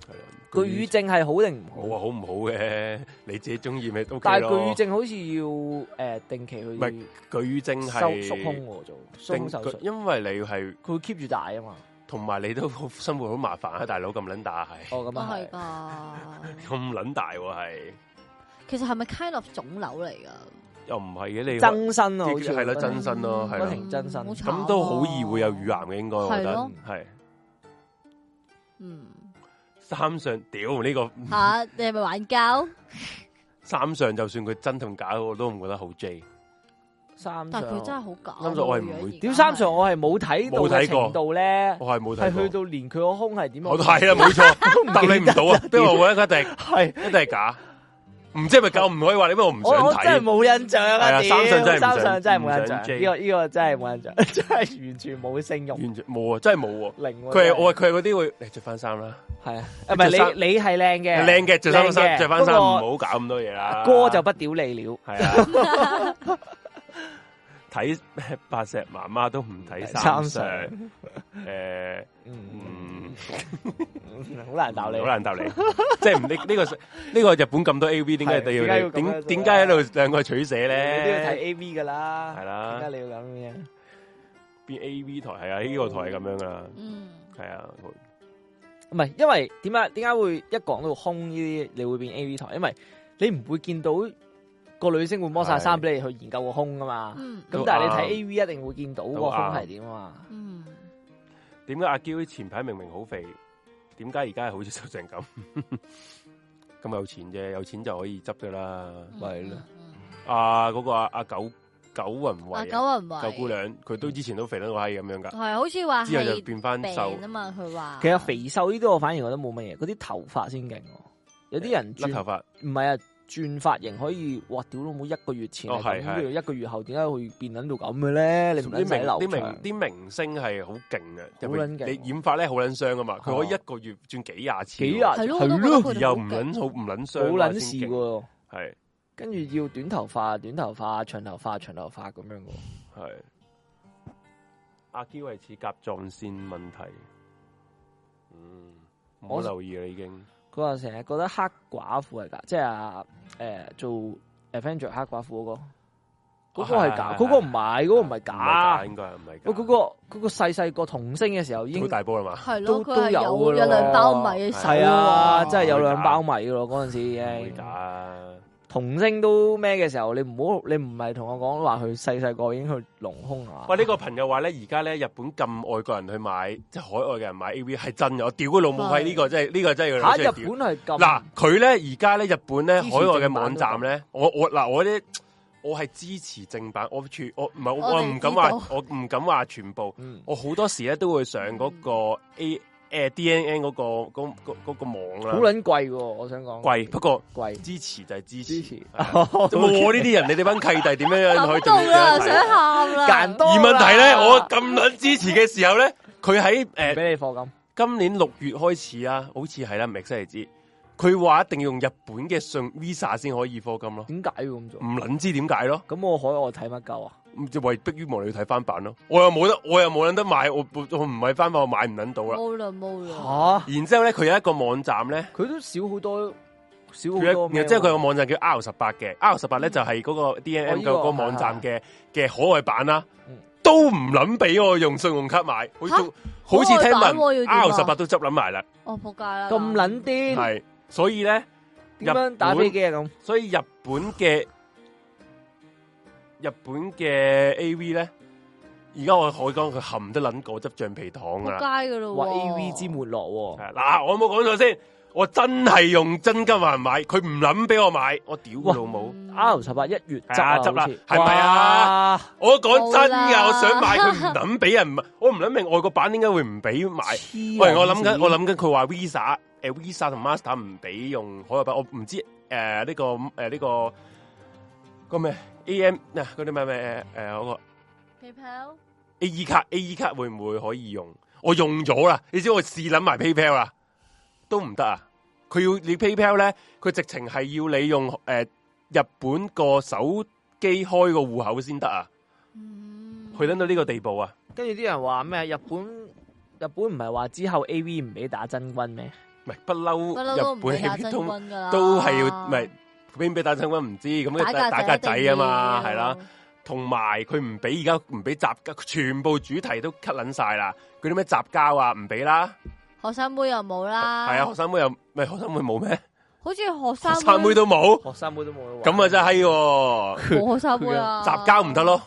係啊巨乳症係好定唔好冇？啊，好唔好嘅，你自己中意咪 O K 但係巨乳咯。症好似要誒、呃定期去唔係巨症收係縮胸喎，做縮胸手術，因為你係佢會 keep 住大啊嘛。同埋你都 <laughs> 好生活好麻煩啊，大佬咁撚大係，哦，咁都啊係係，㗎。咁撚大喎係，其實係咪 kind of 腫瘤嚟㗎？又唔係嘅你增生啊，好似係啦不增生咯係咯嗯不停增生好慘咁都好易會有乳癌啊。嘅，應該我覺係得咯係嗯。三上屌呢個吓、你系咪玩交？三上，就算佢真同假，我都唔覺得好 J。三但系佢上，真係好假。三上我係唔會屌三上，我啊係冇睇到冇嘅睇過程度咧，我係係冇去睇過，到連佢個胸係點，我 <laughs> 都係啦，冇錯，都唔 <laughs> 答你唔到啊，記不得啦過我覺得一定係一定係假，唔知係咪假，我唔可以話你，因為我唔我想我真係睇。冇印象係啊！啊屌三上真係唔想三上真係冇印唔象，想呢個呢個真係冇印象， <laughs> 真係完全冇性慾完全冇啊，真係冇喎。零喎。佢真係我係佢係嗰啲會，你着翻衫啦，係啊，唔係着衫你你係靚嘅，靚嘅着翻靚嘅衫，着翻衫，不過唔好搞咁多嘢啦。哥就不屌你了。系啊， <laughs> 睇 <laughs> 白石媽媽都唔睇三三上 <laughs> 上，诶，嗯，嗯， <laughs> 好難答你，好難答你，即係唔呢呢個呢個日本咁多 A V，點解你係點解要咁要樣做點咧點解喺度兩個取捨你都要睇咧？ A V 噶啦，係點啦，解你要咁嘅？邊 A V 台係啊？呢個台係咁樣噶啦，嗯，係啊，唔係，因為點解點解會一講到空呢啲，你會變 A V 台？因為你唔會見到個女星會摸晒衫係俾你去研究個胸噶嘛。嗯，啊咁都但係你睇啱 A V 一定會見到個胸係點啊嘛。嗯，點解阿嬌前排明明好肥，點解而家係好似瘦成咁？ <laughs> 咁有錢啫，有錢就可以執噶啦。咪咯嗯，啊，嗰個阿阿九九雲啊，慧九嗯啊。啊唔係九姑娘，佢都之前都肥得個閪咁樣噶係，好似話之後就係變翻瘦病啊，嘛，佢話其實肥瘦呢啲我反而覺得冇乜嘢，嗰啲頭髮先勁喎。有啲人甩頭轉髮，唔係啊，轉髮型可以，哇屌老母一個月前係哦係咁，係跟住一個月後點解會變撚到咁嘅咧？你唔啲撚明使留啲長明啲明星係好勁好嘅，撚勁你染髮咧好撚傷啊嘛，佢可以係啊一個月轉幾廿次喎，幾啊係咯，係我都覺得咯佢而哋又好唔勁撚好唔撚傷冇啊，撚事喎。係跟住要短頭髮、短頭髮、長頭髮、長頭髮咁樣嘅喎。係。阿嬌係似甲狀腺問題，嗯，我冇留意啦啊已經。佢話成日覺得黑啊寡婦係㗎，即係誒、呃做 Avenger 黑寡婦嗰、嗰個係假，係係係嗰個唔係，嗰個唔係假。應該係唔係假。喂，嗰個嗰個細細個童星嘅時候已好經大波係啊嘛？係都咯，都佢係有㗎有有咯兩包米嘅手係啊，喎真係有唔會兩假包米嘅咯，嗰陣時已唔會經假。啊！童星都咩嘅時候，你唔好你唔係同我講話佢細細個已經去隆胸啊？喂，呢、個朋友話咧，而家咧日本禁外國人去買，即係海外嘅人買 A V 係真嘅。我屌佢老母係閪！呢、個真係呢、個真係要吓攞出日嚟本屌係咁嗱，佢咧而家咧日本咧支海持外嘅正版網站咧，我我嗱我啲我係支持正版，我全我唔係我我哋唔敢知話道我唔敢話全部，嗯我好多時咧都會上嗰個 A 呃誒 DNN 嗰、個嗰嗰嗰個網好啦，撚貴喎，我想講貴不過貴支持就係支支持。 <laughs> <laughs> 持，就冇我呢啲人，你哋班契弟點樣樣可 <laughs> 以諗做到呢啦，啲嘢想喊啦，間多而啦問題咧，我咁撚支持嘅時候咧，佢喺唔誒俾你課金。今年六月開始啊，好似係啦，唔係真係知。佢話一定要用日本嘅信 Visa 先可以課金咯，點解要咁做唔？撚知點解咯，咁我海外睇乜鳩啊？咁就為迫於無理要睇翻版咯。我又冇得，我又冇撚得買，我我我唔係翻版，我買唔撚到啦。冇啦冇啦，吓，然之後咧，佢有一個網站咧，佢都少好多，少好多佢有咩喎。然之後佢個網站叫 R 十八嘅，R 十八咧就係嗰個 D 哦 N M 呢嘅個嗰個網站嘅嘅海外版啦嗯，都唔撚俾我用信用卡買，好似吓好似聽海外版喎聞要點啊 R 十八都執撚埋啦。我哦仆街啦，咁撚癲，系，所以咧，點樣打飛機啊？咁所以日本嘅日本嘅 A V 咧，而家我可以講佢含得撚果汁橡皮糖仆噶啦。街噶咯話喎 A V 之沒落係喎，啊嗱，我冇講錯先，我真係用真金還買，佢唔撚俾我買，我屌佢老母！嗯 R 十八一月執係啊啊執啦好似係咪啊？哇我講真冇噶，啦我想買佢唔撚俾人買，我唔撚明外國版點解會唔俾買？黐喂，我諗撚緊，線我諗緊佢話 Visa 诶 Visa 同 Master 唔俾用海外版，我唔知诶呢個诶呢個個咩 AM 嗱嗰啲咩咩诶嗰個 PayPal AE 卡 AE 卡會唔會可以用？我用咗啦，你知我試諗埋 PayPal 啦，都唔得啊！佢要你 PayPal 咧，佢直情係要你用诶、日本個手機開個户口先得啊！嗯去到呢個地步啊！跟住啲人話咩？日本日本唔係話之後 A V 唔俾打真軍咩？唔係不嬲，不嬲都唔日本俾打 AV 真通軍啊噶啦，都係要唔係邊俾打真軍唔知，咁打打架格仔啊嘛，係啦一定。同埋佢唔俾而家唔俾雜交，全部主題都 cut 撚晒啦。嗰啲咩雜交啊，唔俾啦。要，學生妹又冇啦，係啊，學生妹又咪學生妹冇咩？好似學學生生妹都冇，學生妹都冇得玩咁啊真係閪喎。冇學生妹啊，雜交唔得咯，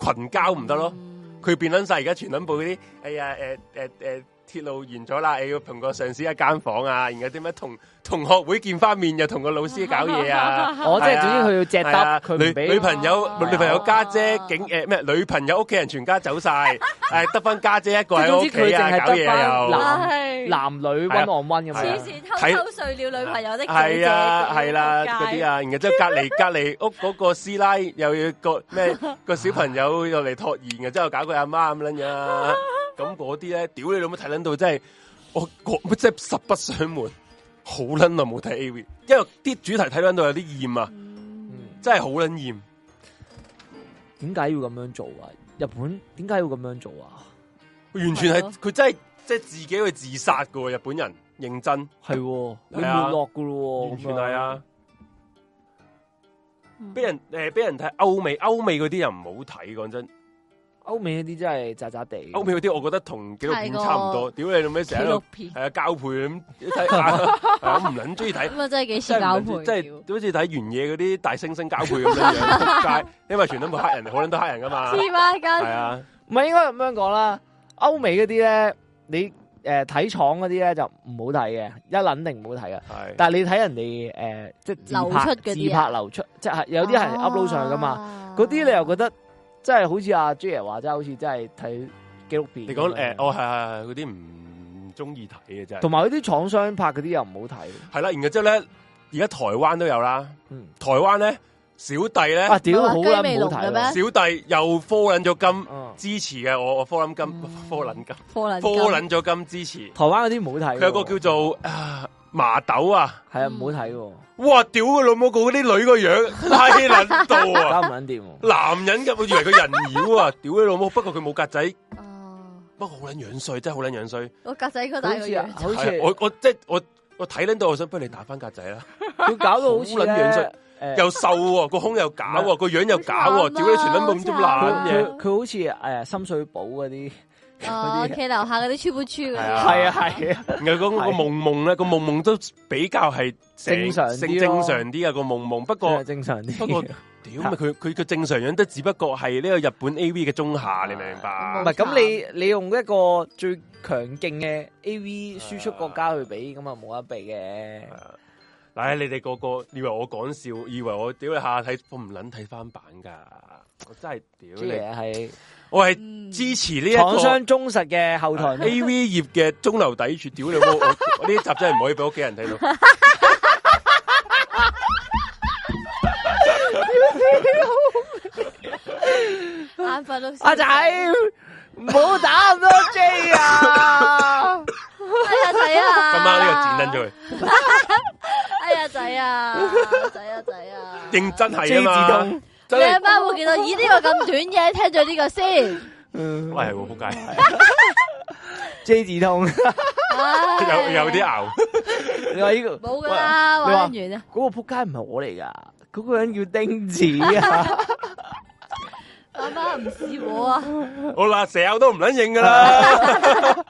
群交唔得咯。嗯，佢變撚晒而家全撚部嗰啲，哎呀誒誒誒鐵路完咗啦，誒要同個上司一間房啊，然後啲咩同同學會見翻面，又同個老師搞嘢啊。 <laughs> 哦我即係總之佢要隻係啊搭，佢女唔俾女朋友啊女朋友家姐 <laughs> 警诶咩？女朋友屋企人全家走晒，诶得翻家姐一個喺屋即係總之企佢淨啊，係搞嘢得返又男唉男女係啊温昂温咁係此樣啊。時偷偷睡了女朋友的姐姐係啊係啦仆街嗰啲啊，然後之後隔 <laughs> 離隔離屋嗰個師奶又要個咩個小朋友又嚟托兒，然後之後搞佢阿媽咁撚 <laughs> 樣，啊咁嗰啲咧，屌你老母睇撚到真係我我真係實不相瞞，好撚耐冇睇 A V，因為啲主題睇撚到有啲厭啊，嗯嗯真係好撚厭。點解要咁樣做啊？日本點解要咁樣做啊？完全係咯係佢真係即係自己去自殺噶喎，日本人認真，係喎，你係啊沒落噶咯喎，完全係啊！嗯俾人诶，俾、人睇歐美，歐美嗰啲又唔好睇，講真，咁樣。歐美嗰啲真係渣渣地。歐美嗰啲哦我覺得同紀錄片差唔多。屌你老味，成紀日喺錄度片係啊交配咁睇，係啊 <laughs> 我唔撚中意睇。咁啊真係幾似真係 <laughs> 交唔撚配，即係好似睇原野嗰啲大猩猩交配咁樣樣， <laughs> 仆街！因為全都冇黑人，可能都黑人噶嘛，黐孖筋係，啊，唔係應該咁樣講啦。歐美嗰啲咧，你誒睇廠嗰啲咧就唔好睇嘅，一撚定唔好睇嘅。係。但係你睇人哋誒，即係自流拍出嗰啲啊哦自拍流出，即係有啲係啊 upload 上去噶嘛。嘛嗰啲你又覺得真係好似阿 J 話齋，好似真係睇紀錄片。你講呃哦诶，我係係嗰啲唔中意睇嘅真係同。埋嗰啲廠商拍嗰啲又唔好睇。 <laughs> 係啦，然後之後咧，而家台灣都有啦。嗯，台灣咧，小弟咧，啊屌，好咪話雞撚尾唔龍好睇嘅咯咩小弟又科捻咗金嗯，支持嘅，我我科捻金，嗯科捻金，科能科捻咗金支持。台灣嗰啲唔好睇喎。佢有個叫做啊麻豆啊，係啊，唔好睇喎，哇！屌佢老母，嗰啲女個樣閪捻到搞 <laughs> 啊！唔撚掂喎。男人嘅，我以為佢人妖啊！屌佢老母，不過佢冇格仔，哦，不過好捻樣衰，真係好捻樣衰。個格仔嗰大好個似啊樣，，好似 <laughs> 係我我即係我我睇捻到，我想不如你打翻格仔啦。佢搞到好好似撚樣咧衰，诶，又瘦喎，個胸又假喎，個樣又假好喎，慘屌你全撚夢咁佢爛嘢，佢啊佢好啊似诶深水埗嗰啲，哦，嗰啲屋企樓下嗰啲村本村嗰啲啊係啊，係啊係啊，然後講個夢夢咧，個夢夢都比較係成正常啲咯正正常啲啊個夢夢，不過真係正常啲。不過屌咪佢佢佢正常樣都只不過係呢個日本 A V 嘅中下，你明唔明唔係？白咁你你用一個最強勁嘅 A V 輸出國家去比，咁啊冇得比嘅。唉，你哋個個以為我講笑，以為我屌你下睇，我唔撚睇翻版㗎，我真係屌啲你，嘢係我係嗯支持呢一廠個。啊商忠實嘅後台 A V 业嘅中流砥柱，屌你我我我呢一集真系唔可以俾屋企人睇 <laughs> 到。眼瞓到阿仔，唔好打咁多 J 啊！哎呀仔啊！今晚呢個剪哎呀仔啊，仔啊仔啊！捻咗佢，認真係 J <laughs> 自啊嘛，動，你真阿係媽會見到，咦呢個咁短嘅，聽咗呢個先。嗯喂係喎，仆街， J 自動，唉 <laughs> 有有啲啊熬，你話呢個冇噶啦，喂玩完啊！嗰個仆街唔係我嚟噶，嗰個人叫丁子啊，阿媽唔是我啊，我嗱蛇友都唔撚認噶啦。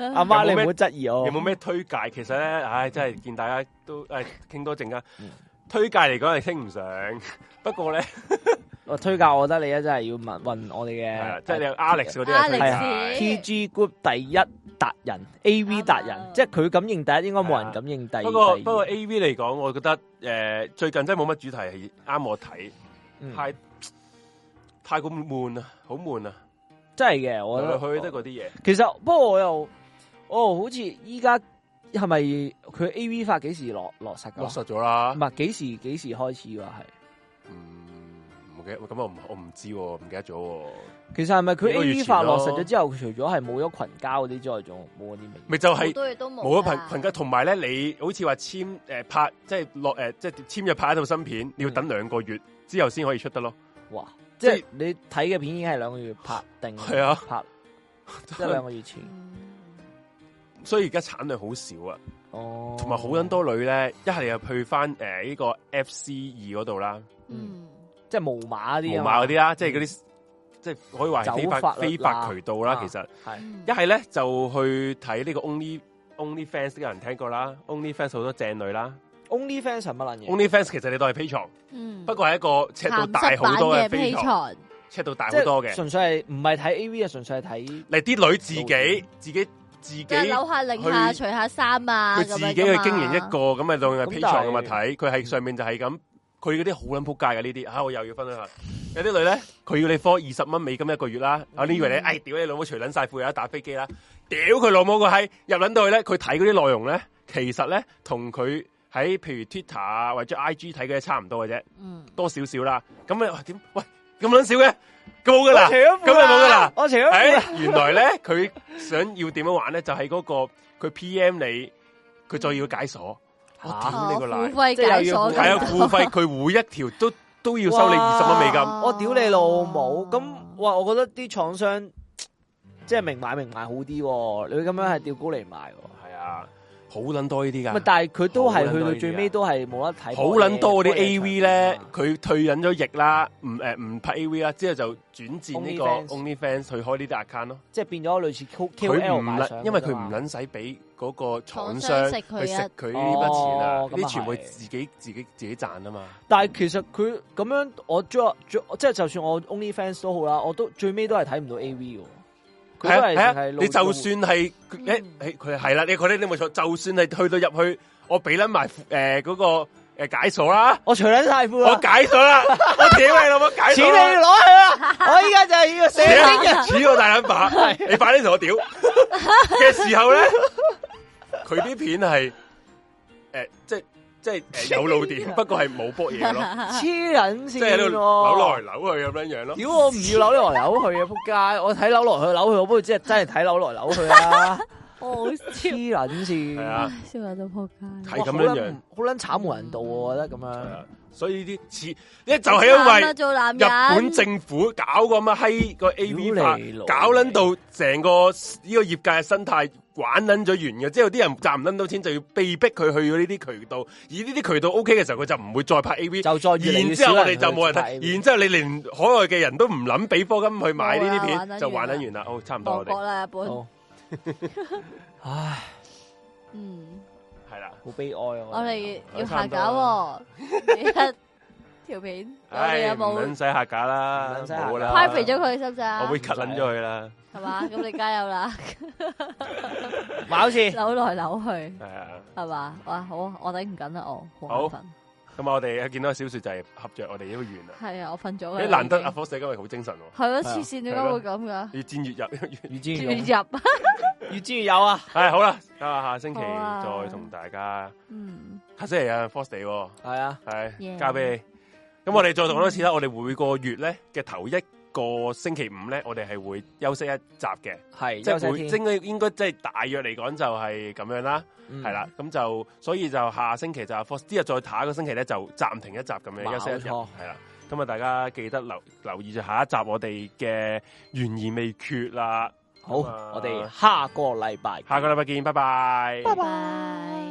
<laughs> 阿媽你唔好質疑我有。冇咩推介？其實咧，唉，真係見大家都唉傾多陣間嗯。推介嚟講係傾唔上，不過咧，我推介，我覺得你啊咧真係要問問我係啊哋即係你嘅有 Alex 嗰啲係推介係啊 T G Group 第一達人 A V 達人，即係佢敢認第一，應該冇人敢認第二。啊不過第二不過 A V 嚟講，我覺得誒最近真係冇乜主題係啱我睇，嗯太太過悶啊，好悶啊，真係嘅，我覺來得來去去都係嗰啲嘢。其實不過我又，哦，好似依家係咪佢 A V 法幾時落落實噶？落實咗啦唔。係幾時幾時開始㗎？係嗯，唔記得，咁我唔我唔知喎，唔記得咗喎。其實係咪佢幾個 A 月 V 前法落咯實咗之後，除咗係冇咗群交嗰啲之外，仲冇嗰啲咩？咪就好係多嘢都冇。啊啊冇咗啊朋朋。友，同埋咧，你好似話簽诶拍，即係落诶，即係簽約拍一套新嗯片，你要等兩個月之後先可以出得咯。哇！即即係係你睇嘅片已經係兩個月拍定，係啊 <laughs> 拍即係兩個月前。所以而家產量好少啊，哦，同埋好撚，多女咧，一係又去翻诶呢個 F C 二嗰度啦，嗯，即係無碼嗰無啲啊嘛，碼嗰啲啦，即係嗰啲即係可以話係非走法法律啦非法渠道啦。啊其實係嗯一係咧就去睇呢個 Only Only Fans 都有人聽過啦，Only Fans 好多正女啦 OnlyFans 係乜撚嘢？ ，Only Fans 其實你當係 P 床。嗯不過係一個尺度大好多嘅飛床，尺度大即係好多嘅。純粹係唔係睇 A V 啊？純粹係睇嚟啲女自己自己自己，即係扭佢下擰下，除下衫啊，自己去經營一個咁嘅當係咁 P 但係床嘅物體，佢喺上面就係咁。佢嗰啲好撚仆街嘅呢啲，啊嚇我又要分享下。有啲女咧，佢要你科二十蚊美金一個月啦，啊你以為你，哎屌你老母除撚晒褲有得打飛機啦，屌佢老母個閪入撚到去咧，佢睇嗰啲內容咧，其實咧同佢喺譬如 Twitter 啊或者 IG 睇嘅嘢差唔多嘅啫。嗯，多少少啦。咁啊你哇點？喂，咁撚少嘅，咁冇噶啦，我除咗褲啊咁就冇噶啦。我除咗褲诶啦，哎原來咧佢想要點樣玩咧，就係嗰個佢 P.M. 你，佢再要解鎖。我嚇屌哦，你啊個付奶！費即係解又要鎖付係費啊，㗎，付費佢每一條都都要收你二十蚊美金。<laughs> 哇我屌你老母！咁哇，我覺得啲廠商即係明買明賣好啲喎，你咁樣係吊高嚟賣喎。係啊，好撚多呢啲咪㗎。但係佢都好係去撚多到呢啲最啊尾都係冇得睇。好撚多嗰啲播嘢 A.V. 咧場，佢退隱咗役啦，唔誒唔拍 A.V. 啦，之後就轉戰呢個 OnlyFans OnlyFans 去開呢啲 account 咯。即係變咗類似 Q 佢 Q 唔 L 買撚，上啊因為佢㗎嘛唔撚使俾嗰個廠廠商商食去佢一食佢呢筆錢啊！啊哦呢咁啊啲全部係自己自己自己賺啊嘛。但係其實佢咁樣，我最最即係就算我 OnlyFans 都好啦，我都最尾都係睇唔到 AV 嘅喎。佢係都啊係係淨係啊，露你就咗算係誒誒佢係啦，你佢咧你冇錯，就算係去到入去，我俾撚埋誒嗰個誒解鎖啦，我除撚晒褲我啦，解鎖 <laughs> 啦，我屌你老母解錢鎖你啦！攞去啦！我依家就係要寫屌嘅。似我大撚把，你快啲同我屌嘅時候咧，佢啲片係誒即即係誒有露點，不過係冇波嘢 <laughs> 咯。啊黐撚即係喺線度喎！扭來扭去咁樣樣咯。屌我唔要扭來扭去啊！仆街，我睇扭來去扭去，我不過真係真係睇扭來扭去啊！好黐笑，撚線係，啊，笑到仆街。係咁哇好樣撚樣唔好撚慘無人道喎！我覺得咁係樣啊，所以呢啲似，呢就係因為啊做男日本人，政府搞個咁嘅閪個 A V 屌法你老，味搞撚到成個呢個業界嘅生態玩捻咗完嘅，之後啲人賺唔捻到錢，就要被逼佢去咗呢啲渠道，而呢啲渠道 O K 嘅時候，佢就唔會再拍 A V。就再越嚟然越之少後我人哋去就冇人睇睇，然之後你連海外嘅人都唔諗俾科金去買呢啲冇啦玩得片，就玩完啦得完啦。好，差唔多韓我哋國啦，日本，好， <laughs> 唉，嗯，係啦。好悲哀啊！我哋要差下唔多架啦喎，一條片，我哋唉，有唔撚冇使下架啦唔撚，使下架冇啦，快肥咗，佢得唔得我啊會？cut 捻咗佢啦。係 <laughs> 嘛？咁你加油啦，馬好似扭來扭去。係啊，係嘛？哇，好，啊我頂唔緊啦，我好好眼咁我哋見到小说就係合着我哋都完啦。瞓，係啊，我瞓咗嘅。你難得阿 f o 今日好精神喎，係咯，黐線點解係咯會咁噶？越戰越入。越越知越有，亂入，越知越有啊！ <laughs> 唉，好啦，啊，下星期好啊再同大家，嗯，下星期啊 f o r c e Day，係啊，系 Yeah 交俾你。咁我哋再同多次啦，我哋每個月咧嘅頭一個星期五咧，我哋係會休息一集嘅，係即休息係一會天應該應該即係大約嚟講就係咁樣啦，嗯係啦，咁就所以就下星期就 f o r c e 之後再下一個星期咧就暫停一集咁樣冇休息一日，錯係啦。咁啊，大家記得留留意住下一集我哋嘅懸而未決啦。好，咁啊我哋下個禮拜見下個禮拜見，拜拜。拜。